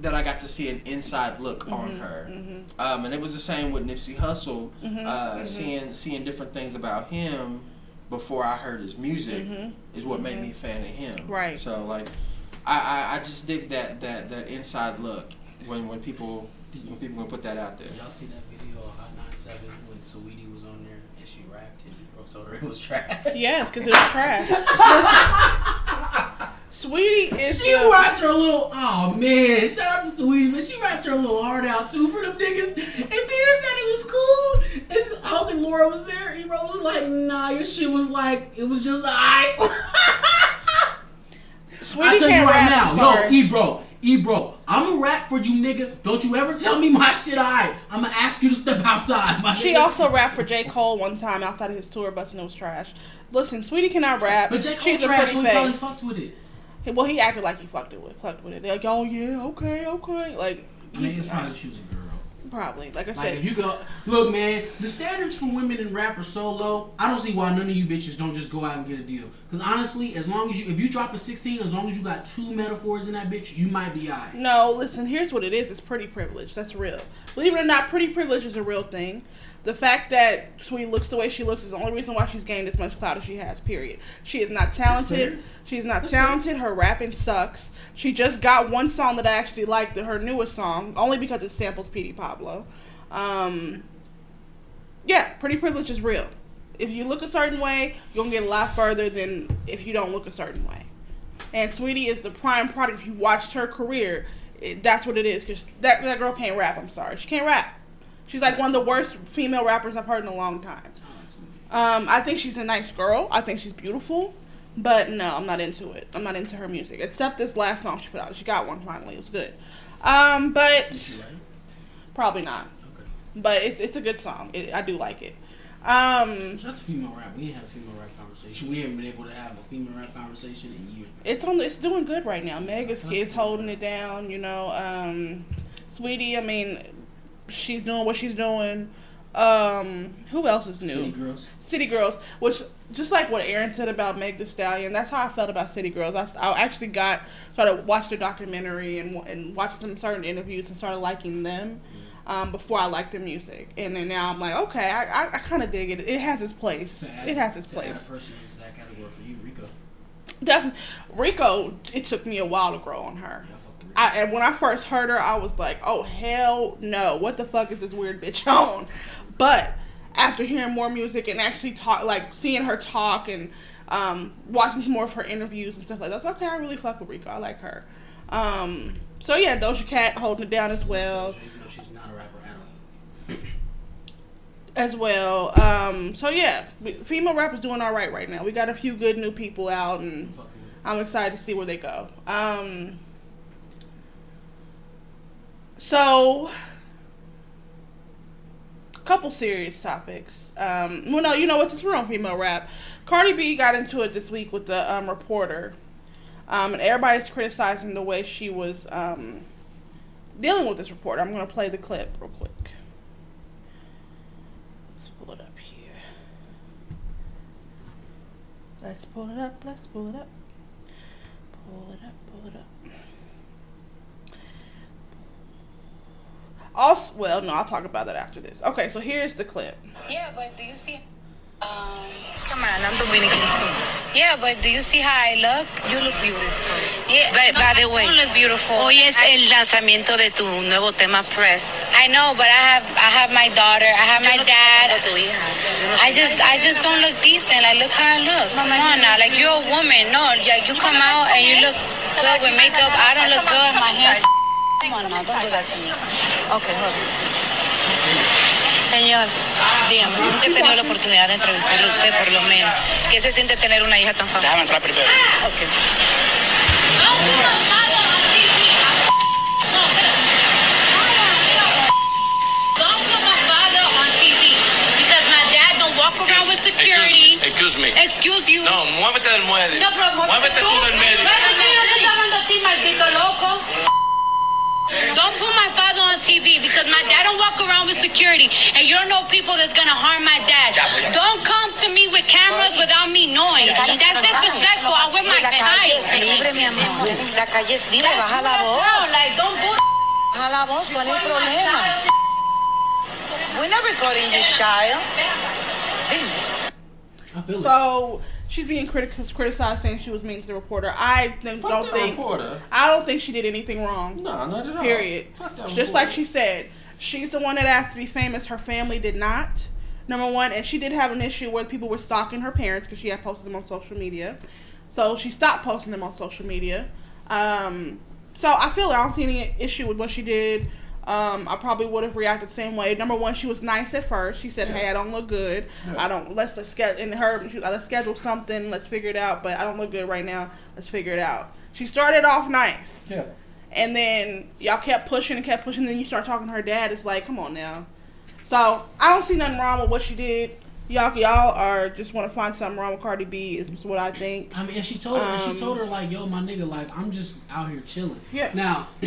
Speaker 6: that I got to see an inside look
Speaker 3: Mm-hmm,
Speaker 6: on her, um, and it was the same with Nipsey Hussle,
Speaker 3: Mm-hmm,
Speaker 6: uh, seeing seeing different things about him before I heard his music is what made me a fan of him.
Speaker 3: Mm-hmm, Right.
Speaker 6: So like, I, I I just dig that that that inside look when when people when people gonna put that out there.
Speaker 7: Y'all see that video of Hot 97 when Saweetie was on there and she rapped and bro told her it was trash.
Speaker 3: Yes, because it's trash. Listen, sweetie is
Speaker 7: She
Speaker 3: the,
Speaker 7: rapped her little oh man, shout out to Sweetie, but she rapped her little heart out too for them niggas. And Peter said it was cool. It's, I don't think Laura was there. Ebro was like, nah, your shit was like it was just alright.
Speaker 3: sweetie
Speaker 7: I tell you
Speaker 3: can't
Speaker 7: right
Speaker 3: rap, I'm
Speaker 7: now,
Speaker 3: sorry.
Speaker 7: yo, Ebro, Ebro, I'ma rap for you nigga. Don't you ever tell me my shit alright. I'ma ask you to step outside, my
Speaker 3: she
Speaker 7: nigga.
Speaker 3: also rapped for J Cole one time outside of his tour bus and it was trash. Listen, sweetie cannot rap.
Speaker 7: But J. Cole
Speaker 3: She's a
Speaker 7: trash, so
Speaker 3: pretty
Speaker 7: he probably
Speaker 3: face.
Speaker 7: fucked with it.
Speaker 3: Well, he acted like he fucked it with, fucked with it. They're like, oh yeah, okay, okay, like.
Speaker 7: Niggas
Speaker 3: He's,
Speaker 7: probably choose a girl.
Speaker 3: probably, like I
Speaker 7: Like
Speaker 3: said,
Speaker 7: if you go, look, man, the standards for women in rap are so low. I don't see why none of you bitches don't just go out and get a deal. Cause honestly, as long as you, if you drop a sixteen, as long as you got two metaphors in that bitch, you might be alright.
Speaker 3: No, listen, here's what it is. It's pretty privilege. That's real. Believe it or not, pretty privilege is a real thing. The fact that Sweetie looks the way she looks is the only reason why she's gained as much clout as she has, period. She is not talented. She's not talented. Her rapping sucks. She just got one song that I actually liked, her newest song, only because it samples P.D. Pablo. Um, yeah, pretty privilege is real. If you look a certain way, you're going to get a lot further than if you don't look a certain way. And Sweetie is the prime product. If you watched her career, It, that's what it is. Cause that that girl can't rap. I'm sorry, she can't rap. She's like one of the worst female rappers I've heard in a long time. Um, I think she's a nice girl. I think she's beautiful, but no, I'm not into it. I'm not into her music except this last song she put out. She got one finally. It was good. Um, but probably not. But it's it's a good song. It, I do like it. Um,
Speaker 7: Shout out to female rap. We ain't had a female rap conversation. We haven't been able to have a female rap conversation in years.
Speaker 3: it's on. It's doing good right now. Meg is, is holding it down. You know, um, sweetie. I mean, she's doing what she's doing. Um, who else is new?
Speaker 7: City girls.
Speaker 3: City Girls, which just like what Aaron said about Meg The Stallion, that's how I felt about City Girls. I, I actually got started watched their documentary and and watched them certain interviews and started liking them
Speaker 7: Mm-hmm.
Speaker 3: um, before I liked their music. And then now I'm like, okay, I I, I kind of dig it. It has its place.
Speaker 7: To add-
Speaker 3: It has its
Speaker 7: to add
Speaker 3: place.
Speaker 7: a person into that category for you, Rico.
Speaker 3: Definitely, Rico. It took me a while to grow on her.
Speaker 7: I fuck with Rico.
Speaker 3: I, and when I first heard her, I was like, oh, hell no. What the fuck is this weird bitch on? But after hearing more music and actually talk, like seeing her talk and um, watching some more of her interviews and stuff like that, that's okay. I really fuck with Rico. I like her. Um, so yeah, Doja Cat holding it down as well
Speaker 7: Even though she's not a rapper at all.
Speaker 3: as well. Um, so yeah, we- female rappers doing all right right now. We got a few good new people out, and
Speaker 7: Fucking with
Speaker 3: I'm excited to see where they go. Um, so, couple serious topics. Um, well, no, you know what? Since we're on female rap, Cardi B got into it this week with the um, reporter, um, and everybody's criticizing the way she was um, dealing with this reporter. I'm gonna play the clip real quick. Let's pull it up here. Let's pull it up. Let's pull it up. Pull it up. Pull it up. Also, well, no, I'll talk about that after this. Okay, so here's the clip.
Speaker 10: Yeah, but do you see? Um, Come on, I'm Dominican too. Yeah, but do you see how I look? You look beautiful. Yeah, but by the way, Oh, you look beautiful. Hoy es el lanzamiento de tu nuevo tema Press. I know, but I have I have my daughter, I have my dad. I just I just don't look decent. Like look how I look. Come on now, like you're a woman. No, like you come out and you look good with makeup. I don't look good. My hair's. Come on now, don't do that to me. Okay, hold on. Señor, dígame, nunca he tenido la oportunidad de entrevistarle a usted, por lo menos. ¿Qué se siente tener una hija tan famosa?
Speaker 11: Déjame entrar primero.
Speaker 10: Okay.
Speaker 11: Excuse, excuse me.
Speaker 10: Excuse you.
Speaker 11: No, muévete del medio.
Speaker 10: No, pero porque
Speaker 11: muévete tú, del medio.
Speaker 10: Don't put my father on TV because my dad don't walk around with security, and you don't know people that's gonna harm my dad. Don't come to me with cameras without me knowing. That's disrespectful. I'm with my child.
Speaker 9: mi amor. La calle es libre, baja la
Speaker 10: No,
Speaker 9: voz.
Speaker 10: like don't put.
Speaker 9: Baja la voz, ¿cuál es el problema? We're not recording this child.
Speaker 7: I feel it.
Speaker 3: So she's being criti- criticized, saying she was mean to the reporter. I think,
Speaker 6: Fuck
Speaker 3: don't
Speaker 6: that
Speaker 3: think
Speaker 6: reporter.
Speaker 3: I don't think she did anything wrong.
Speaker 6: No, not at all.
Speaker 3: Period.
Speaker 6: Fuck that
Speaker 3: Just like
Speaker 6: reporter.
Speaker 3: she said, she's the one that asked to be famous. Her family did not. Number one, and she did have an issue where people were stalking her parents because she had posted them on social media. So she stopped posting them on social media. Um, so I feel I don't see any issue with what she did. Um, I probably would have reacted the same way. Number one, she was nice at first. She said, "Hey, I don't look good. I don't let's let's get in her. she- uh, Let's schedule something. Let's figure it out. But I don't look good right now. Let's figure it out." She started off nice.
Speaker 6: Yeah.
Speaker 3: And then y'all kept pushing and kept pushing. Then you start talking to her dad. It's like, come on now. So I don't see nothing wrong with what she did. Y'all, y'all are just want to find something wrong with Cardi B is what I think.
Speaker 7: I mean, and she told her, and
Speaker 3: Um,
Speaker 7: she told her like, "Yo, my nigga, like I'm just out here chilling."
Speaker 3: Yeah.
Speaker 7: Now,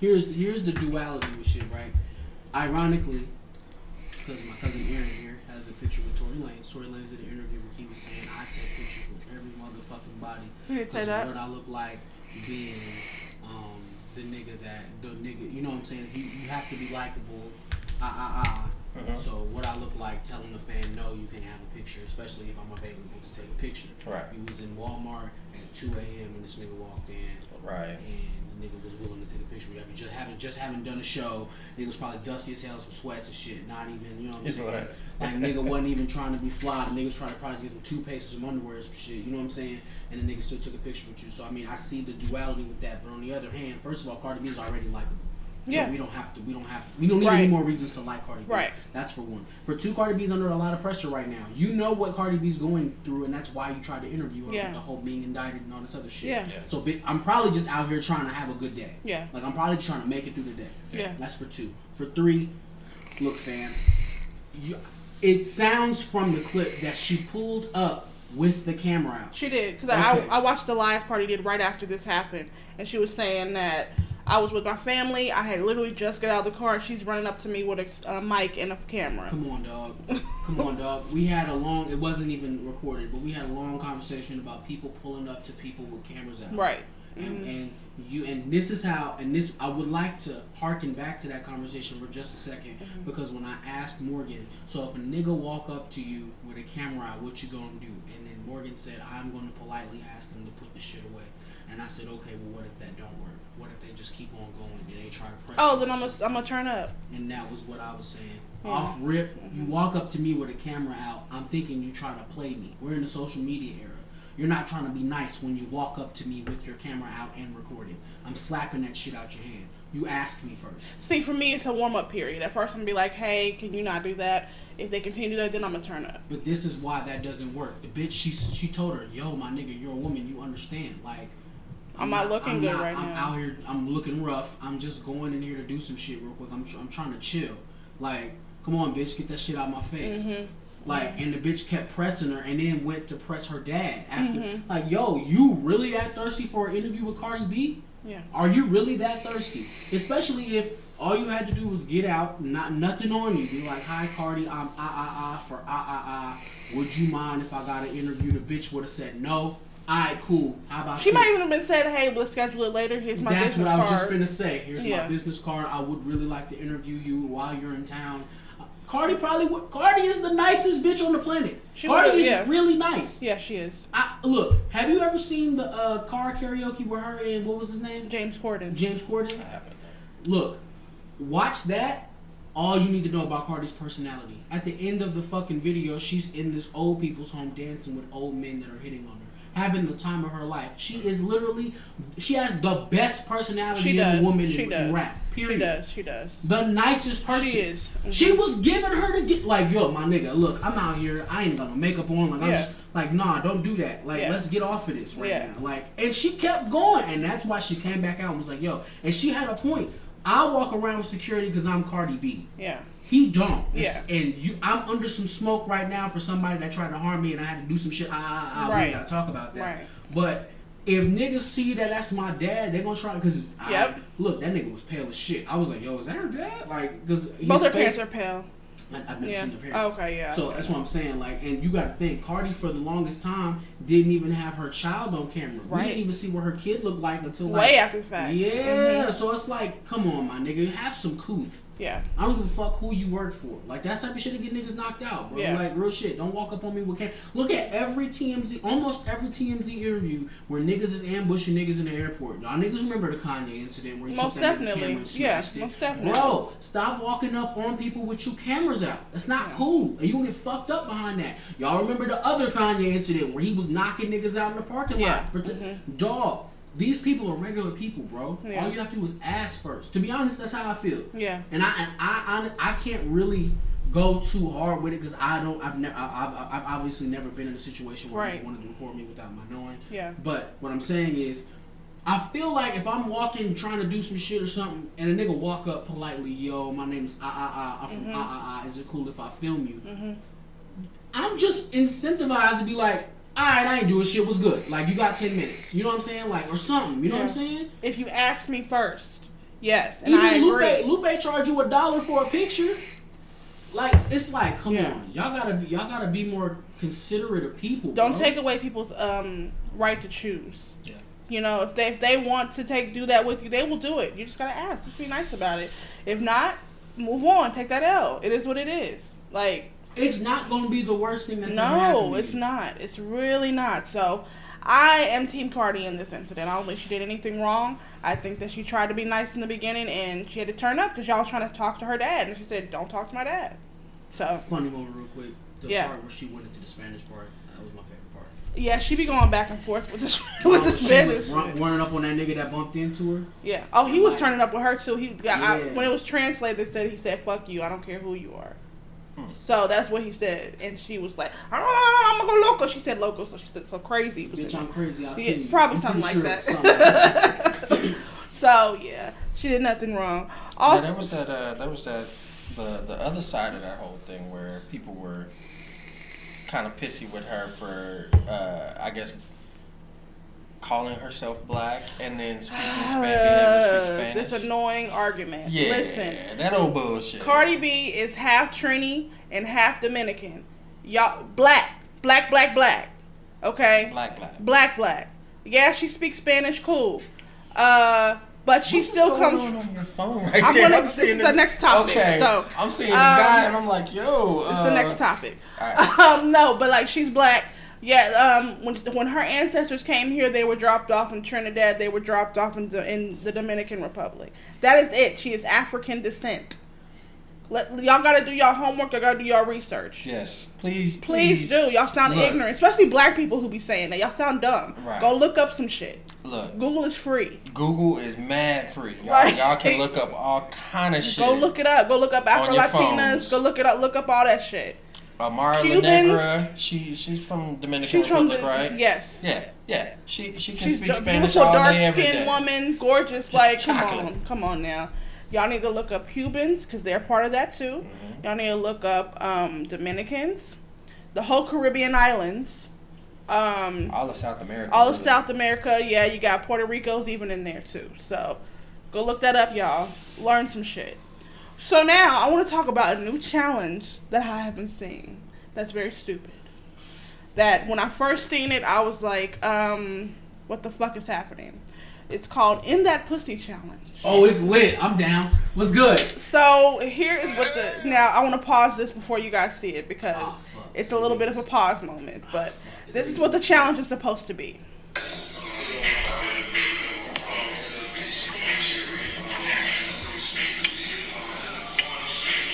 Speaker 7: here's here's the duality with shit, right? Ironically, because my cousin Aaron here has a picture with Tory Lanez. Tory Lanez did an interview where he was saying, "I take pictures with every motherfucking body."
Speaker 3: He did say
Speaker 7: 'cause of
Speaker 3: that.
Speaker 7: What I look like being um, the nigga that the nigga, you know what I'm saying? If you you have to be likable. Ah ah ah. So what I look like telling the fan no, you can have a picture, especially if I'm available to take a picture.
Speaker 6: Right.
Speaker 7: You was in Walmart at 2 a.m. and this nigga walked in.
Speaker 6: Right.
Speaker 7: And the nigga was willing to take a picture. We haven't just haven't just haven't done a show. Nigga was probably dusty as hell, some sweats and shit. Not even, you know what I'm saying?
Speaker 6: Right.
Speaker 7: Like nigga wasn't even trying to be fly. The nigga was trying to probably get some toothpaste or some underwear or some shit. You know what I'm saying? And the nigga still took a picture with you. So I mean, I see the duality with that. But on the other hand, first of all, Cardi B is already likable. So
Speaker 3: Yeah.
Speaker 7: we don't have to. We don't have. We don't need any
Speaker 3: Right.
Speaker 7: more reasons to like Cardi B.
Speaker 3: Right.
Speaker 7: That's for one. For two, Cardi B's under a lot of pressure right now. You know what Cardi B's going through, and that's why you tried to interview her.
Speaker 3: Yeah.
Speaker 7: With the whole being indicted and all this other shit.
Speaker 3: Yeah.
Speaker 6: Yeah.
Speaker 7: So bi- I'm probably just out here trying to have a good day.
Speaker 3: Yeah.
Speaker 7: Like I'm probably trying to make it through the day.
Speaker 3: Yeah.
Speaker 7: That's for two. For three, look, fam. You, it sounds from the clip that she pulled up with the camera out.
Speaker 3: She did because I
Speaker 7: Okay.
Speaker 3: I watched the live party did right after this happened, and she was saying that I was with my family. I had literally just got out of the car. and She's running up to me with a, a mic and a camera.
Speaker 7: Come on, dog. Come on, dog. We had a long. It wasn't even recorded, but we had a long conversation about people pulling up to people with cameras out.
Speaker 3: Right. Mm-hmm.
Speaker 7: And, and you and this is how and this I would like to harken back to that conversation for just a 2nd
Speaker 3: Mm-hmm.
Speaker 7: because when I asked Morgan, so if a nigga walk up to you with a camera, out, what you gonna do? And then Morgan said, I'm gonna politely ask them to put the shit away. And I said, okay, well, what if that don't work? What if they just keep on going and they try to press?
Speaker 3: Oh,
Speaker 7: you
Speaker 3: then
Speaker 7: or
Speaker 3: I'm gonna I'm gonna turn up.
Speaker 7: and that was what I was saying. Off rip, you walk up to me with a camera out. I'm thinking you trying to play me. We're in the social media era. You're not trying to be nice when you walk up to me with your camera out and recording. I'm slapping that shit out your hand. You asked me first.
Speaker 3: See, for me, it's a warm up period. At first, I'm gonna be like, "Hey, can you not do that?" If they continue that, then I'm gonna turn up.
Speaker 7: But this is why that doesn't work. The bitch, she she told her, "Yo, my nigga, you're a woman. You understand? Like,
Speaker 3: I'm not looking
Speaker 7: I'm
Speaker 3: good
Speaker 7: not-
Speaker 3: right
Speaker 7: I'm
Speaker 3: now.
Speaker 7: out here. I'm looking rough. I'm just going in here to do some shit real quick. I'm tr- I'm trying to chill. Like, come on, bitch, get that shit out my face.
Speaker 3: Mm-hmm.
Speaker 7: Like, and the bitch kept pressing her, and then went to press her dad after.
Speaker 3: Mm-hmm.
Speaker 7: Like, yo, you really that thirsty for an interview with Cardi B?
Speaker 3: Yeah.
Speaker 7: Are you really that thirsty? Especially if all you had to do was get out, not nothing on you. Be like, "Hi, Cardi, I'm ah ah ah for ah ah ah. Would you mind if I got an interview?" The bitch would have said no. All right, cool. How about
Speaker 3: She might
Speaker 7: this?
Speaker 3: even have been said, "Hey, let's schedule it later. Here's my
Speaker 7: That's
Speaker 3: business
Speaker 7: what I was
Speaker 3: card."
Speaker 7: just gonna say. Here's my
Speaker 3: Yeah.
Speaker 7: business card. I would really like to interview you while you're in town. Uh, Cardi probably would. Cardi is the nicest bitch on the planet.
Speaker 3: She
Speaker 7: Cardi
Speaker 3: would've,
Speaker 7: is
Speaker 3: yeah.
Speaker 7: really nice.
Speaker 3: yeah, she is.
Speaker 7: I, look, have you ever seen the uh, car karaoke with her and what was his name?
Speaker 3: James Corden.
Speaker 7: James Corden. Look, watch that. All you need to know about Cardi's personality. At the end of the fucking video, she's in this old people's home dancing with old men that are hitting on her, having the time of her life. She is literally, she has the best personality
Speaker 3: she
Speaker 7: in
Speaker 3: does.
Speaker 7: woman
Speaker 3: she
Speaker 7: in,
Speaker 3: does.
Speaker 7: in rap. Period.
Speaker 3: She does. She does.
Speaker 7: The nicest person.
Speaker 3: She is. Mhm.
Speaker 7: She was giving her to get like, yo, my nigga, look, I'm out here. I ain't got no makeup on. Like, I'm
Speaker 3: Yeah.
Speaker 7: just, like, nah, don't do that. Like,
Speaker 3: Yeah.
Speaker 7: let's get off of this right
Speaker 3: Yeah.
Speaker 7: now. Like, and she kept going, and that's why she came back out and was like, yo, and she had a point. I walk around with security because I'm Cardi B.
Speaker 3: Yeah.
Speaker 7: He don't.
Speaker 3: Yeah.
Speaker 7: And you, I'm under some smoke right now for somebody that tried to harm me, and I had to do some shit. Ah, ah, ah. We ain't
Speaker 3: Right.
Speaker 7: gotta talk about that.
Speaker 3: Right.
Speaker 7: But if niggas see that that's my dad, they gonna try because
Speaker 3: Yep.
Speaker 7: look, that nigga was pale as shit. I was like, yo, is that her dad? Like, because
Speaker 3: Both her parents are pale.
Speaker 7: I, I've never
Speaker 3: Yeah.
Speaker 7: seen their parents.
Speaker 3: Okay, yeah.
Speaker 7: So that's what I'm saying. Like, and you got to think, Cardi for the longest time didn't even have her child on camera. We
Speaker 3: Right.
Speaker 7: didn't even see what her kid looked like until like,
Speaker 3: Way after the fact. Mm-hmm.
Speaker 7: Yeah. So it's like, come on, my nigga, have some couth.
Speaker 3: Yeah.
Speaker 7: I don't give a fuck who you work for. Like that's type of shit to get niggas knocked out, bro.
Speaker 3: Yeah.
Speaker 7: Like real shit. Don't walk up on me with can Look at every TMZ, almost every TMZ interview where niggas is ambushing niggas in the airport. Y'all niggas remember the Kanye incident where he
Speaker 3: Most
Speaker 7: took that nigga
Speaker 3: definitely.
Speaker 7: camera and
Speaker 3: Yeah,
Speaker 7: smashed it.
Speaker 3: most definitely.
Speaker 7: Bro, stop walking up on people with your cameras out. That's not cool, and you gonna get fucked up behind that. Y'all remember the other Kanye incident where he was knocking niggas out in the parking
Speaker 3: Yeah. Mm-hmm.
Speaker 7: lot for t- dog. These people are regular people, bro.
Speaker 3: Yeah.
Speaker 7: All you have to do is ask first. To be honest, that's how I feel.
Speaker 3: Yeah.
Speaker 7: And I and I I, I can't really go too hard with it because I don't. I've never. I've, I've, I've obviously never been in a situation where
Speaker 3: Right.
Speaker 7: they wanted to record me without my knowing.
Speaker 3: Yeah.
Speaker 7: But what I'm saying is, I feel like if I'm walking trying to do some shit or something, and a nigga walk up politely, yo, my name's ah ah ah, I'm
Speaker 3: Mm-hmm.
Speaker 7: from ah ah ah. Is it cool if I film you? I'm just incentivized to be like. All right, I ain't doing shit. What's good? Like you got ten minutes. You know what I'm saying? Like or something. You know what I'm
Speaker 3: Yeah.
Speaker 7: saying?
Speaker 3: If you ask me first, yes, and I
Speaker 7: Even
Speaker 3: agree.
Speaker 7: Lupe, Lupe charge you a dollar for a picture. Like it's like, come
Speaker 3: Yeah.
Speaker 7: on, y'all gotta be, y'all gotta be more considerate of people.
Speaker 3: Don't
Speaker 7: bro.
Speaker 3: take away people's um right to choose.
Speaker 7: Yeah.
Speaker 3: You know, if they if they want to take do that with you, they will do it. You just gotta ask. Just be nice about it. If not, move on. Take that L. It is what it is. Like
Speaker 7: It's not going to be the worst thing that's ever happened.
Speaker 3: No,
Speaker 7: to
Speaker 3: it's
Speaker 7: you.
Speaker 3: not. It's really not. So, I am Team Cardi in this incident. I don't think she did anything wrong. I think that she tried to be nice in the beginning and she had to turn up because y'all was trying to talk to her dad. And she said, don't talk to my dad. So,
Speaker 7: Funny moment, real quick. The
Speaker 3: Yeah.
Speaker 7: part where she went into the Spanish part. That was my favorite part.
Speaker 3: yeah, she be going back and forth with this,
Speaker 7: When
Speaker 3: with this
Speaker 7: she
Speaker 3: Spanish.
Speaker 7: was run, running up on that nigga that bumped into her.
Speaker 3: Yeah. Oh, he was turning up with her too. He got I,
Speaker 7: Yeah.
Speaker 3: when it was translated, they said he said "fuck you." I don't care who you are.
Speaker 7: Hmm.
Speaker 3: So that's what he said, and she was like, "Ah, "I'm gonna go loco." She said "loco," so she said "so crazy." Was
Speaker 7: Bitch,
Speaker 3: in
Speaker 7: I'm crazy. I'll
Speaker 3: Yeah,
Speaker 7: kill you.
Speaker 3: probably
Speaker 7: I'm
Speaker 3: something like
Speaker 7: pretty sure
Speaker 3: that.
Speaker 7: it's something.
Speaker 3: so yeah, she did nothing wrong.
Speaker 6: Yeah,
Speaker 3: Also,
Speaker 6: that was that. Uh, that was that. The the other side of that whole thing where people were kind of pissy with her for, uh, I guess, calling herself black and then speaking Spanish.
Speaker 3: uh,
Speaker 6: Spanish.
Speaker 3: Ah, this annoying argument.
Speaker 6: yeah,
Speaker 3: Listen,
Speaker 6: that old bullshit.
Speaker 3: Cardi B is half Trini and half Dominican. Y'all black, black, black, black. Okay.
Speaker 6: black black.
Speaker 3: black black. Yeah, she speaks Spanish, cool. Uh, but she
Speaker 6: What is
Speaker 3: still
Speaker 6: going
Speaker 3: comes.
Speaker 6: on on your phone right
Speaker 3: I'm
Speaker 6: there.
Speaker 3: gonna-
Speaker 6: I'm
Speaker 3: this
Speaker 6: seeing
Speaker 3: is the next topic,
Speaker 6: Okay,
Speaker 3: so,
Speaker 6: I'm seeing
Speaker 3: um,
Speaker 6: a guy and I'm like, yo.
Speaker 3: It's
Speaker 6: uh,
Speaker 3: the next topic.
Speaker 6: alright.
Speaker 3: Um, no, but like she's black. Yeah. Um, when when her ancestors came here, they were dropped off in Trinidad. They were dropped off in the, in the Dominican Republic. That is it. She is African descent. Let, y'all gotta do y'all homework. Y'all gotta do y'all research.
Speaker 6: Yes, please,
Speaker 3: Please,
Speaker 6: please,
Speaker 3: do. Y'all sound
Speaker 6: Look.
Speaker 3: ignorant, especially black people who be saying that. Y'all sound dumb.
Speaker 6: Right.
Speaker 3: Go look up some shit.
Speaker 6: Look,
Speaker 3: Google is free.
Speaker 6: Google is mad free. Y'all,
Speaker 3: Right.
Speaker 6: y'all can look up all kind of shit.
Speaker 3: Go look it up. Go look up Afro
Speaker 6: On your
Speaker 3: Latinas.
Speaker 6: phones.
Speaker 3: Go look it up. Look up all that shit.
Speaker 6: Amara
Speaker 3: Cubans.
Speaker 6: Lenegra, she she's from Dominican
Speaker 3: She's from
Speaker 6: Republic,
Speaker 3: the
Speaker 6: right?
Speaker 3: yes.
Speaker 6: Yeah, yeah. She she can
Speaker 3: She's
Speaker 6: speak
Speaker 3: a
Speaker 6: Spanish
Speaker 3: beautiful,
Speaker 6: all
Speaker 3: dark
Speaker 6: day every
Speaker 3: skinned
Speaker 6: day.
Speaker 3: woman, gorgeous. like, come
Speaker 6: chocolate.
Speaker 3: on, come on now. Y'all need to look up Cubans because they're part of that too.
Speaker 6: Mm-hmm.
Speaker 3: Y'all need to look up um, Dominicans, the whole Caribbean islands, um,
Speaker 6: All of South America.
Speaker 3: all of
Speaker 6: really.
Speaker 3: South America. Yeah, you got Puerto Rico's even in there too. So go look that up, y'all. Learn some shit. So now I want to talk about a new challenge that I have been seeing. That's very stupid. That when I first seen it, I was like, um, what the fuck is happening? It's called In That Pussy Challenge.
Speaker 7: Oh, it's lit. I'm down. What's good?
Speaker 3: So here is what the now I want to pause this before you guys see it because
Speaker 7: Oh, fuck. Oh,
Speaker 3: it's a little bit of a pause moment. But this is what the challenge is supposed to be.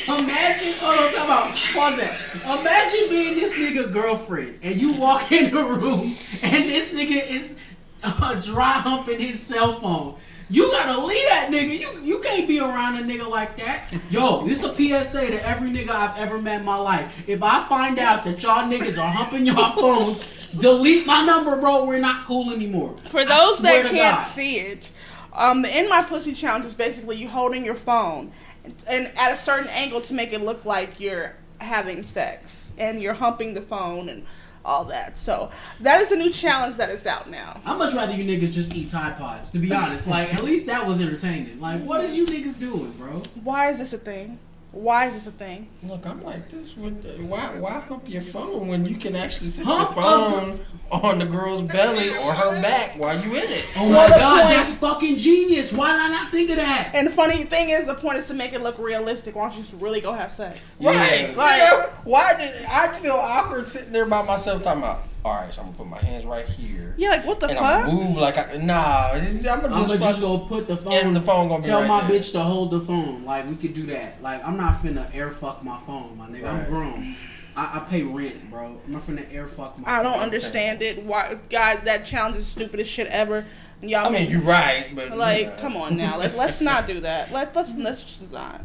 Speaker 7: Imagine, hold on, talk about, pause that. Imagine being this nigga girlfriend and you walk in the room and this nigga is uh, dry humping his cell phone. You gotta leave that nigga. You you can't be around a nigga like that. Yo, this a PSA to every nigga I've ever met in my life. If I find out that y'all niggas are humping y'all phones, delete my number, bro. We're not cool anymore.
Speaker 3: For those
Speaker 7: swear
Speaker 3: that
Speaker 7: to
Speaker 3: can't
Speaker 7: God.
Speaker 3: see it, um, the In My Pussy Challenge is basically you holding your phone and, and at a certain angle to make it look like you're having sex and you're humping the phone and all that. So that is a new challenge that is out now.
Speaker 7: I'd much rather you niggas just eat Tide Pods, to be honest. Like, at least that was entertaining. Like, what is you niggas doing, bro?
Speaker 3: Why is this a thing? Why is this a thing?
Speaker 6: Look, I'm like this. With the, why why hump your phone when you can actually sit
Speaker 7: Hump
Speaker 6: your phone on the girl's belly or her back while you in it?
Speaker 7: Oh
Speaker 3: Well,
Speaker 7: my
Speaker 3: the
Speaker 7: god,
Speaker 3: point-
Speaker 7: that's fucking genius. Why did I not think of that?
Speaker 3: And the funny thing is, the point is to make it look realistic. Why don't you just really go have sex?
Speaker 6: Right.
Speaker 7: Yeah.
Speaker 6: Like, you know, why did I feel awkward sitting there by myself talking about? All right, so I'm gonna put my hands right here.
Speaker 3: Yeah, like what the
Speaker 6: and
Speaker 3: fuck?
Speaker 6: I'm move like I nah. I'm gonna just,
Speaker 7: I'm gonna just
Speaker 6: fucking-
Speaker 7: go put the phone.
Speaker 6: and the phone gonna be
Speaker 7: Tell
Speaker 6: right
Speaker 7: my
Speaker 6: there.
Speaker 7: bitch to hold the phone. Like we could do that. Like I'm not finna air fuck my phone, my nigga. I'm
Speaker 6: Right.
Speaker 7: grown. I, I pay rent, bro. I'm not finna air fuck my.
Speaker 3: I don't
Speaker 7: phone.
Speaker 3: understand it. Why, guys? That challenge is stupid as shit ever. And Y'all
Speaker 6: I mean,
Speaker 3: make-
Speaker 6: you're right, but
Speaker 3: Like,
Speaker 6: you know,
Speaker 3: come on now. Like, let's not do that. Let let's let's just not.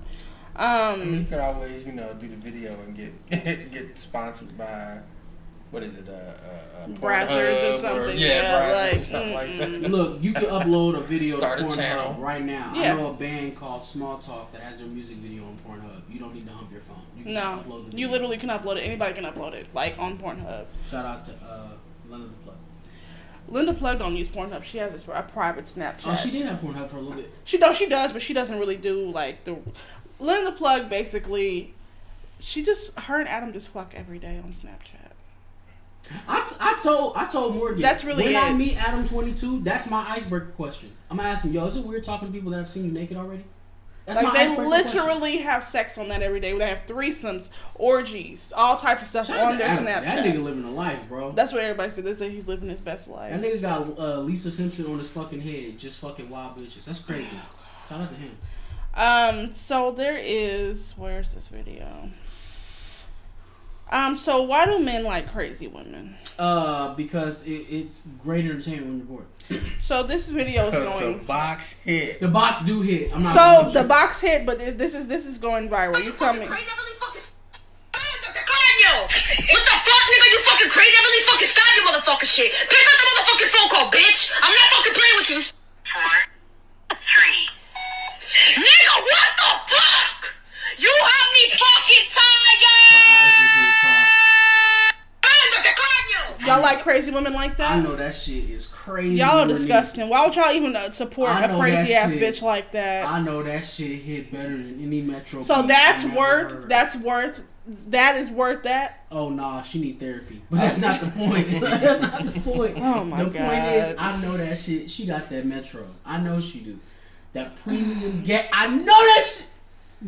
Speaker 3: Um,
Speaker 6: You could always, you know, do the video and get get sponsored by what is it, uh, uh, uh
Speaker 3: Brazzers or
Speaker 6: Pornhub
Speaker 3: something,
Speaker 6: yeah,
Speaker 3: yeah,
Speaker 6: Brazzers or
Speaker 3: like,
Speaker 6: something like that.
Speaker 7: Look, you can upload a video
Speaker 6: Start a
Speaker 7: to
Speaker 6: channel.
Speaker 7: Pornhub right now.
Speaker 3: Yeah.
Speaker 7: I know a band called Small Talk that has their music video on Pornhub. You don't need to hump your phone. You can
Speaker 3: no,
Speaker 7: just upload the
Speaker 3: you
Speaker 7: video.
Speaker 3: literally can upload it. Anybody can upload it, like on Pornhub.
Speaker 7: Shout out to uh, London the Plug. Oh,
Speaker 3: Linda Plug don't use Pornhub. She has this a private Snapchat.
Speaker 7: Oh, she did have Pornhub for a little bit.
Speaker 3: She does. She does, but she doesn't really do like the Linda Plug. Basically, she just her and Adam just fuck every day on Snapchat.
Speaker 7: I, t- I told I told Morgan.
Speaker 3: That's really
Speaker 7: when I
Speaker 3: it.
Speaker 7: meet Adam twenty two. That's my icebreaker question. I'm gonna ask him, yo, is it weird talking to people that have seen you naked already? That's
Speaker 3: like
Speaker 7: my
Speaker 3: they
Speaker 7: icebreaker
Speaker 3: literally have sex on that every day. They have threesomes, orgies, all types of stuff
Speaker 7: Shout out
Speaker 3: on
Speaker 7: to
Speaker 3: their
Speaker 7: Adam.
Speaker 3: Snapchat.
Speaker 7: That nigga living a life, bro.
Speaker 3: That's what everybody said. They said he's living his best life.
Speaker 7: That nigga got uh, Lisa Simpson on his fucking head, just fucking wild bitches. That's crazy. Shout out to him.
Speaker 3: Um, so there is where's this video? Um, so why do men like crazy women?
Speaker 7: Uh, because it, it's great entertainment when you're bored.
Speaker 3: So this video is
Speaker 6: Because the
Speaker 3: going.
Speaker 6: box hit.
Speaker 7: The bots do hit. I'm not.
Speaker 3: So the box hit, but this, this is this is going viral. You tell me.
Speaker 9: Crazy, I really fucking stabbed him. Coño! What the fuck, nigga? You fucking crazy? I really fucking stabbed your motherfucking shit. Pick up the motherfucking phone call, bitch. I'm not fucking playing with you. Four, three. Nigga, what the fuck? You have me fucking tired. Manda, coño!
Speaker 3: Y'all like crazy women like
Speaker 7: I
Speaker 3: that?
Speaker 7: know that shit is crazy.
Speaker 3: Y'all are
Speaker 7: Remember, nigga,
Speaker 3: disgusting. Why would y'all even uh, support
Speaker 7: I
Speaker 3: a
Speaker 7: know
Speaker 3: crazy
Speaker 7: that
Speaker 3: ass
Speaker 7: shit.
Speaker 3: bitch like that?
Speaker 7: I know that shit hit better than any metro.
Speaker 3: So
Speaker 7: beat
Speaker 3: that's
Speaker 7: I've ever
Speaker 3: worth.
Speaker 7: heard.
Speaker 3: That's worth. That is worth that.
Speaker 7: Oh nah, she need therapy. But that's not the point. that's not the point.
Speaker 3: Oh, my
Speaker 7: the
Speaker 3: God.
Speaker 7: point is, I know that shit. She got that metro. I know she do. That premium get. I know that. Shit.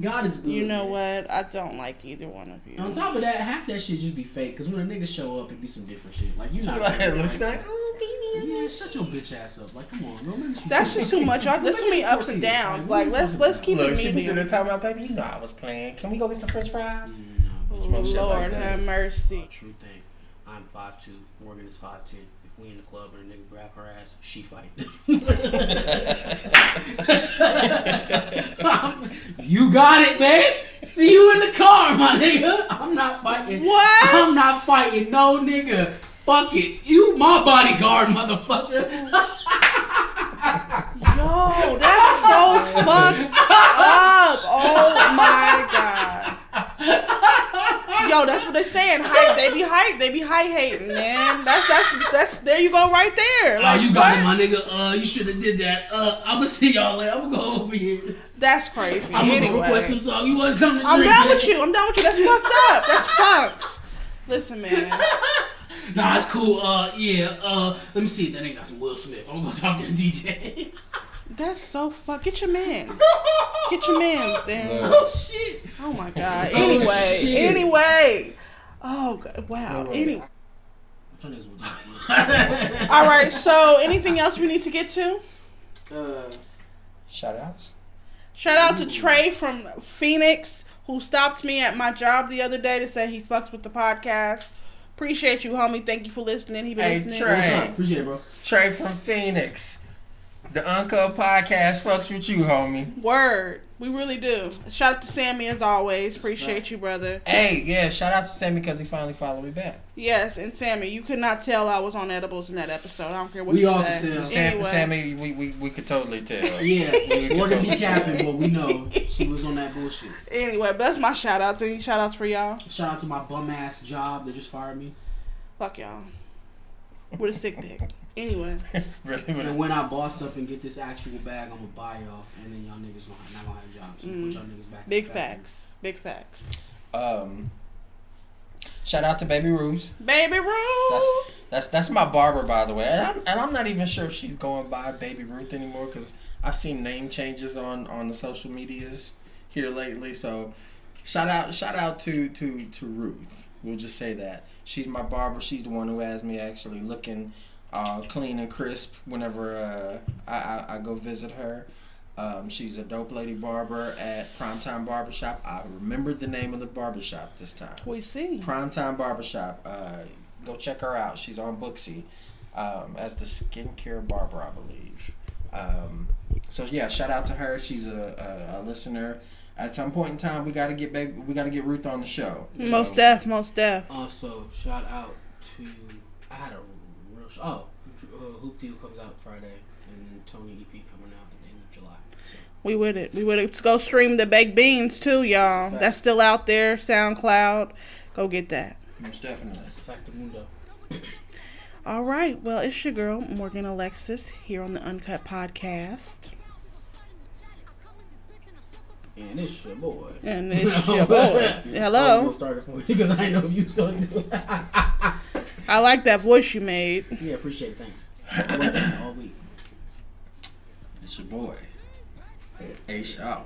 Speaker 7: God is good.
Speaker 3: You know
Speaker 7: man.
Speaker 3: what? I don't like either one of
Speaker 7: On
Speaker 3: you.
Speaker 7: top of that, half that shit just be fake. Cause when a nigga show up, it be some different shit. Like you not.
Speaker 6: Like,
Speaker 7: gonna-
Speaker 6: looks like, "Oh,
Speaker 7: Yeah, shut your bitch ass up. Like, come on, bro. Maybe she-
Speaker 3: That's just too much. Y'all, this will be ups and downs. Like let's let's keep
Speaker 6: Look,
Speaker 3: it
Speaker 6: she was
Speaker 3: medium.
Speaker 6: in the time out, baby. You know I was playing. Can we go get some French fries?
Speaker 3: Oh, Lord have mercy.
Speaker 7: True thing. I'm 5'2". Morgan is 5'10". If we in the club and a nigga grab her ass, she fight. you got it, man. See you in the car, my nigga. I'm not fighting.
Speaker 3: What?
Speaker 7: I'm not fighting no nigga. Fuck it. You my bodyguard, motherfucker.
Speaker 3: Yo, Oh, that's so fucked up. Oh my god. Yo, that's what they saying. Hype, they be hype, they be hype hating, man. That's that's that's there you go right there.
Speaker 7: oh,
Speaker 3: Like
Speaker 7: you got it,
Speaker 3: what?
Speaker 7: my nigga. Uh, you should have did that. Uh, I'ma see y'all later. I'ma go over here.
Speaker 3: That's crazy.
Speaker 7: I'm gonna
Speaker 3: anyway.
Speaker 7: request some song. You want something to
Speaker 3: I'm
Speaker 7: drink?
Speaker 3: done
Speaker 7: man?
Speaker 3: with you. I'm done with you. That's fucked up. That's fucked. Listen, man.
Speaker 7: Nah, it's cool. Uh, yeah. Uh, let me see. That ain't got some Will Smith. I'm gonna talk to the DJ.
Speaker 3: That's so fuck. Get your man. Get your man, Darren.
Speaker 7: oh shit.
Speaker 3: Oh my god. Anyway,
Speaker 7: shit.
Speaker 3: anyway. Oh god. wow. Anyway.
Speaker 7: Which one is we'll talk about?
Speaker 3: All right. So, anything else we need to get to?
Speaker 7: Uh,
Speaker 6: Shout outs.
Speaker 3: Shout out to Trey from Phoenix who stopped me at my job the other day to say he fucks with the podcast. Appreciate you, homie. Thank you for listening. He been
Speaker 6: Hey,
Speaker 3: listening.
Speaker 6: Trey.
Speaker 7: what's up? Appreciate it, bro.
Speaker 6: Trey from Phoenix. The Uncle Podcast fucks with you, homie.
Speaker 3: Word. We really do. Shout out to Sammy as always. Appreciate you, brother.
Speaker 6: Hey, yeah, shout out to Sammy because he finally followed me back.
Speaker 3: Yes, and Sammy, you could not tell I was on edibles in that episode. I don't care what
Speaker 7: We
Speaker 3: you
Speaker 7: all
Speaker 3: said.
Speaker 7: said-
Speaker 6: Sam,
Speaker 3: Anyway.
Speaker 6: Sammy, we, we, we could totally tell.
Speaker 7: Yeah, Morgan
Speaker 6: totally
Speaker 7: be capping, but we know she was on that bullshit.
Speaker 3: Anyway, but that's my shout outs. Any shout outs for y'all?
Speaker 7: Shout out to my bum ass job that just fired me.
Speaker 3: Fuck y'all. With a sick dick. Anyway.
Speaker 6: really would
Speaker 7: And when I boss up and get this actual bag, I'm gonna buy y'all, and then y'all niggas gonna, not gonna have jobs. So put y'all niggas back. in
Speaker 3: Big
Speaker 7: the factory.
Speaker 3: facts. Big facts.
Speaker 6: Um, shout out to Baby Ruth.
Speaker 3: Baby
Speaker 6: That's
Speaker 3: Ruth.
Speaker 6: that's that's my barber, by the way. And I'm and I'm not even sure if she's going by Baby Ruth anymore because I've seen name changes on on the social medias here lately. So shout out shout out to to to Ruth. We'll just say that she's my barber. She's the one who has me actually looking uh, clean and crisp whenever uh, I, I I go visit her. Um, she's a dope lady barber at Primetime Barbershop. I remembered the name of the barbershop this time.
Speaker 3: We see.
Speaker 6: Primetime Barbershop. Uh, go check her out. She's on Booksy um, as the skincare barber, I believe. Um, so yeah, shout out to her. She's a, a, a listener. At some point in time, we gotta get baby, we gotta get Ruth on the show. So,
Speaker 3: Most deaf, most deaf.
Speaker 7: Also, shout out to I had a real sh- oh uh, Hoop Deal comes out Friday, and then Tony EP coming out at the end of July. So,
Speaker 3: We with it. We with it. Let's go stream the baked beans too, y'all.
Speaker 7: fact.
Speaker 3: That's still out there. SoundCloud. Go get that.
Speaker 6: Most definitely.
Speaker 7: that's a fact of mundo.
Speaker 3: All right. Well, it's your girl, Morgan Alexis, here on the Uncut Podcast.
Speaker 7: And it's your boy.
Speaker 3: And it's your boy.
Speaker 7: I was gonna
Speaker 3: Hello.
Speaker 7: start it for you because I didn't know if you was gonna do it.
Speaker 3: I like that voice you made.
Speaker 7: yeah, appreciate it. Thanks. I worked on it all week.
Speaker 6: It's your boy. A Shaw.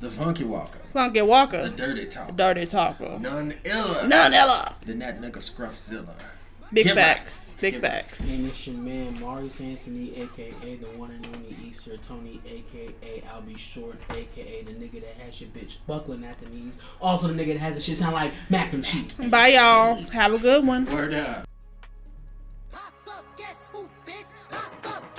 Speaker 6: The Funky Walker.
Speaker 3: Funky Walker.
Speaker 6: The Dirty Talk.
Speaker 3: Dirty Talker.
Speaker 6: None iller
Speaker 3: None Ella.
Speaker 6: than that nigga Scruffzilla.
Speaker 3: Big
Speaker 6: Give
Speaker 3: facts. Big
Speaker 6: Give
Speaker 3: facts.
Speaker 7: And it's your man Marius Anthony, aka the one and only Easter Tony, aka I'll be short, aka the nigga that has your bitch buckling at the knees. Also the nigga that has the shit sound like mac and cheese.
Speaker 3: Bye, y'all. Have a good one.
Speaker 6: Word up.
Speaker 2: Pop up, guess who, bitch? Pop up,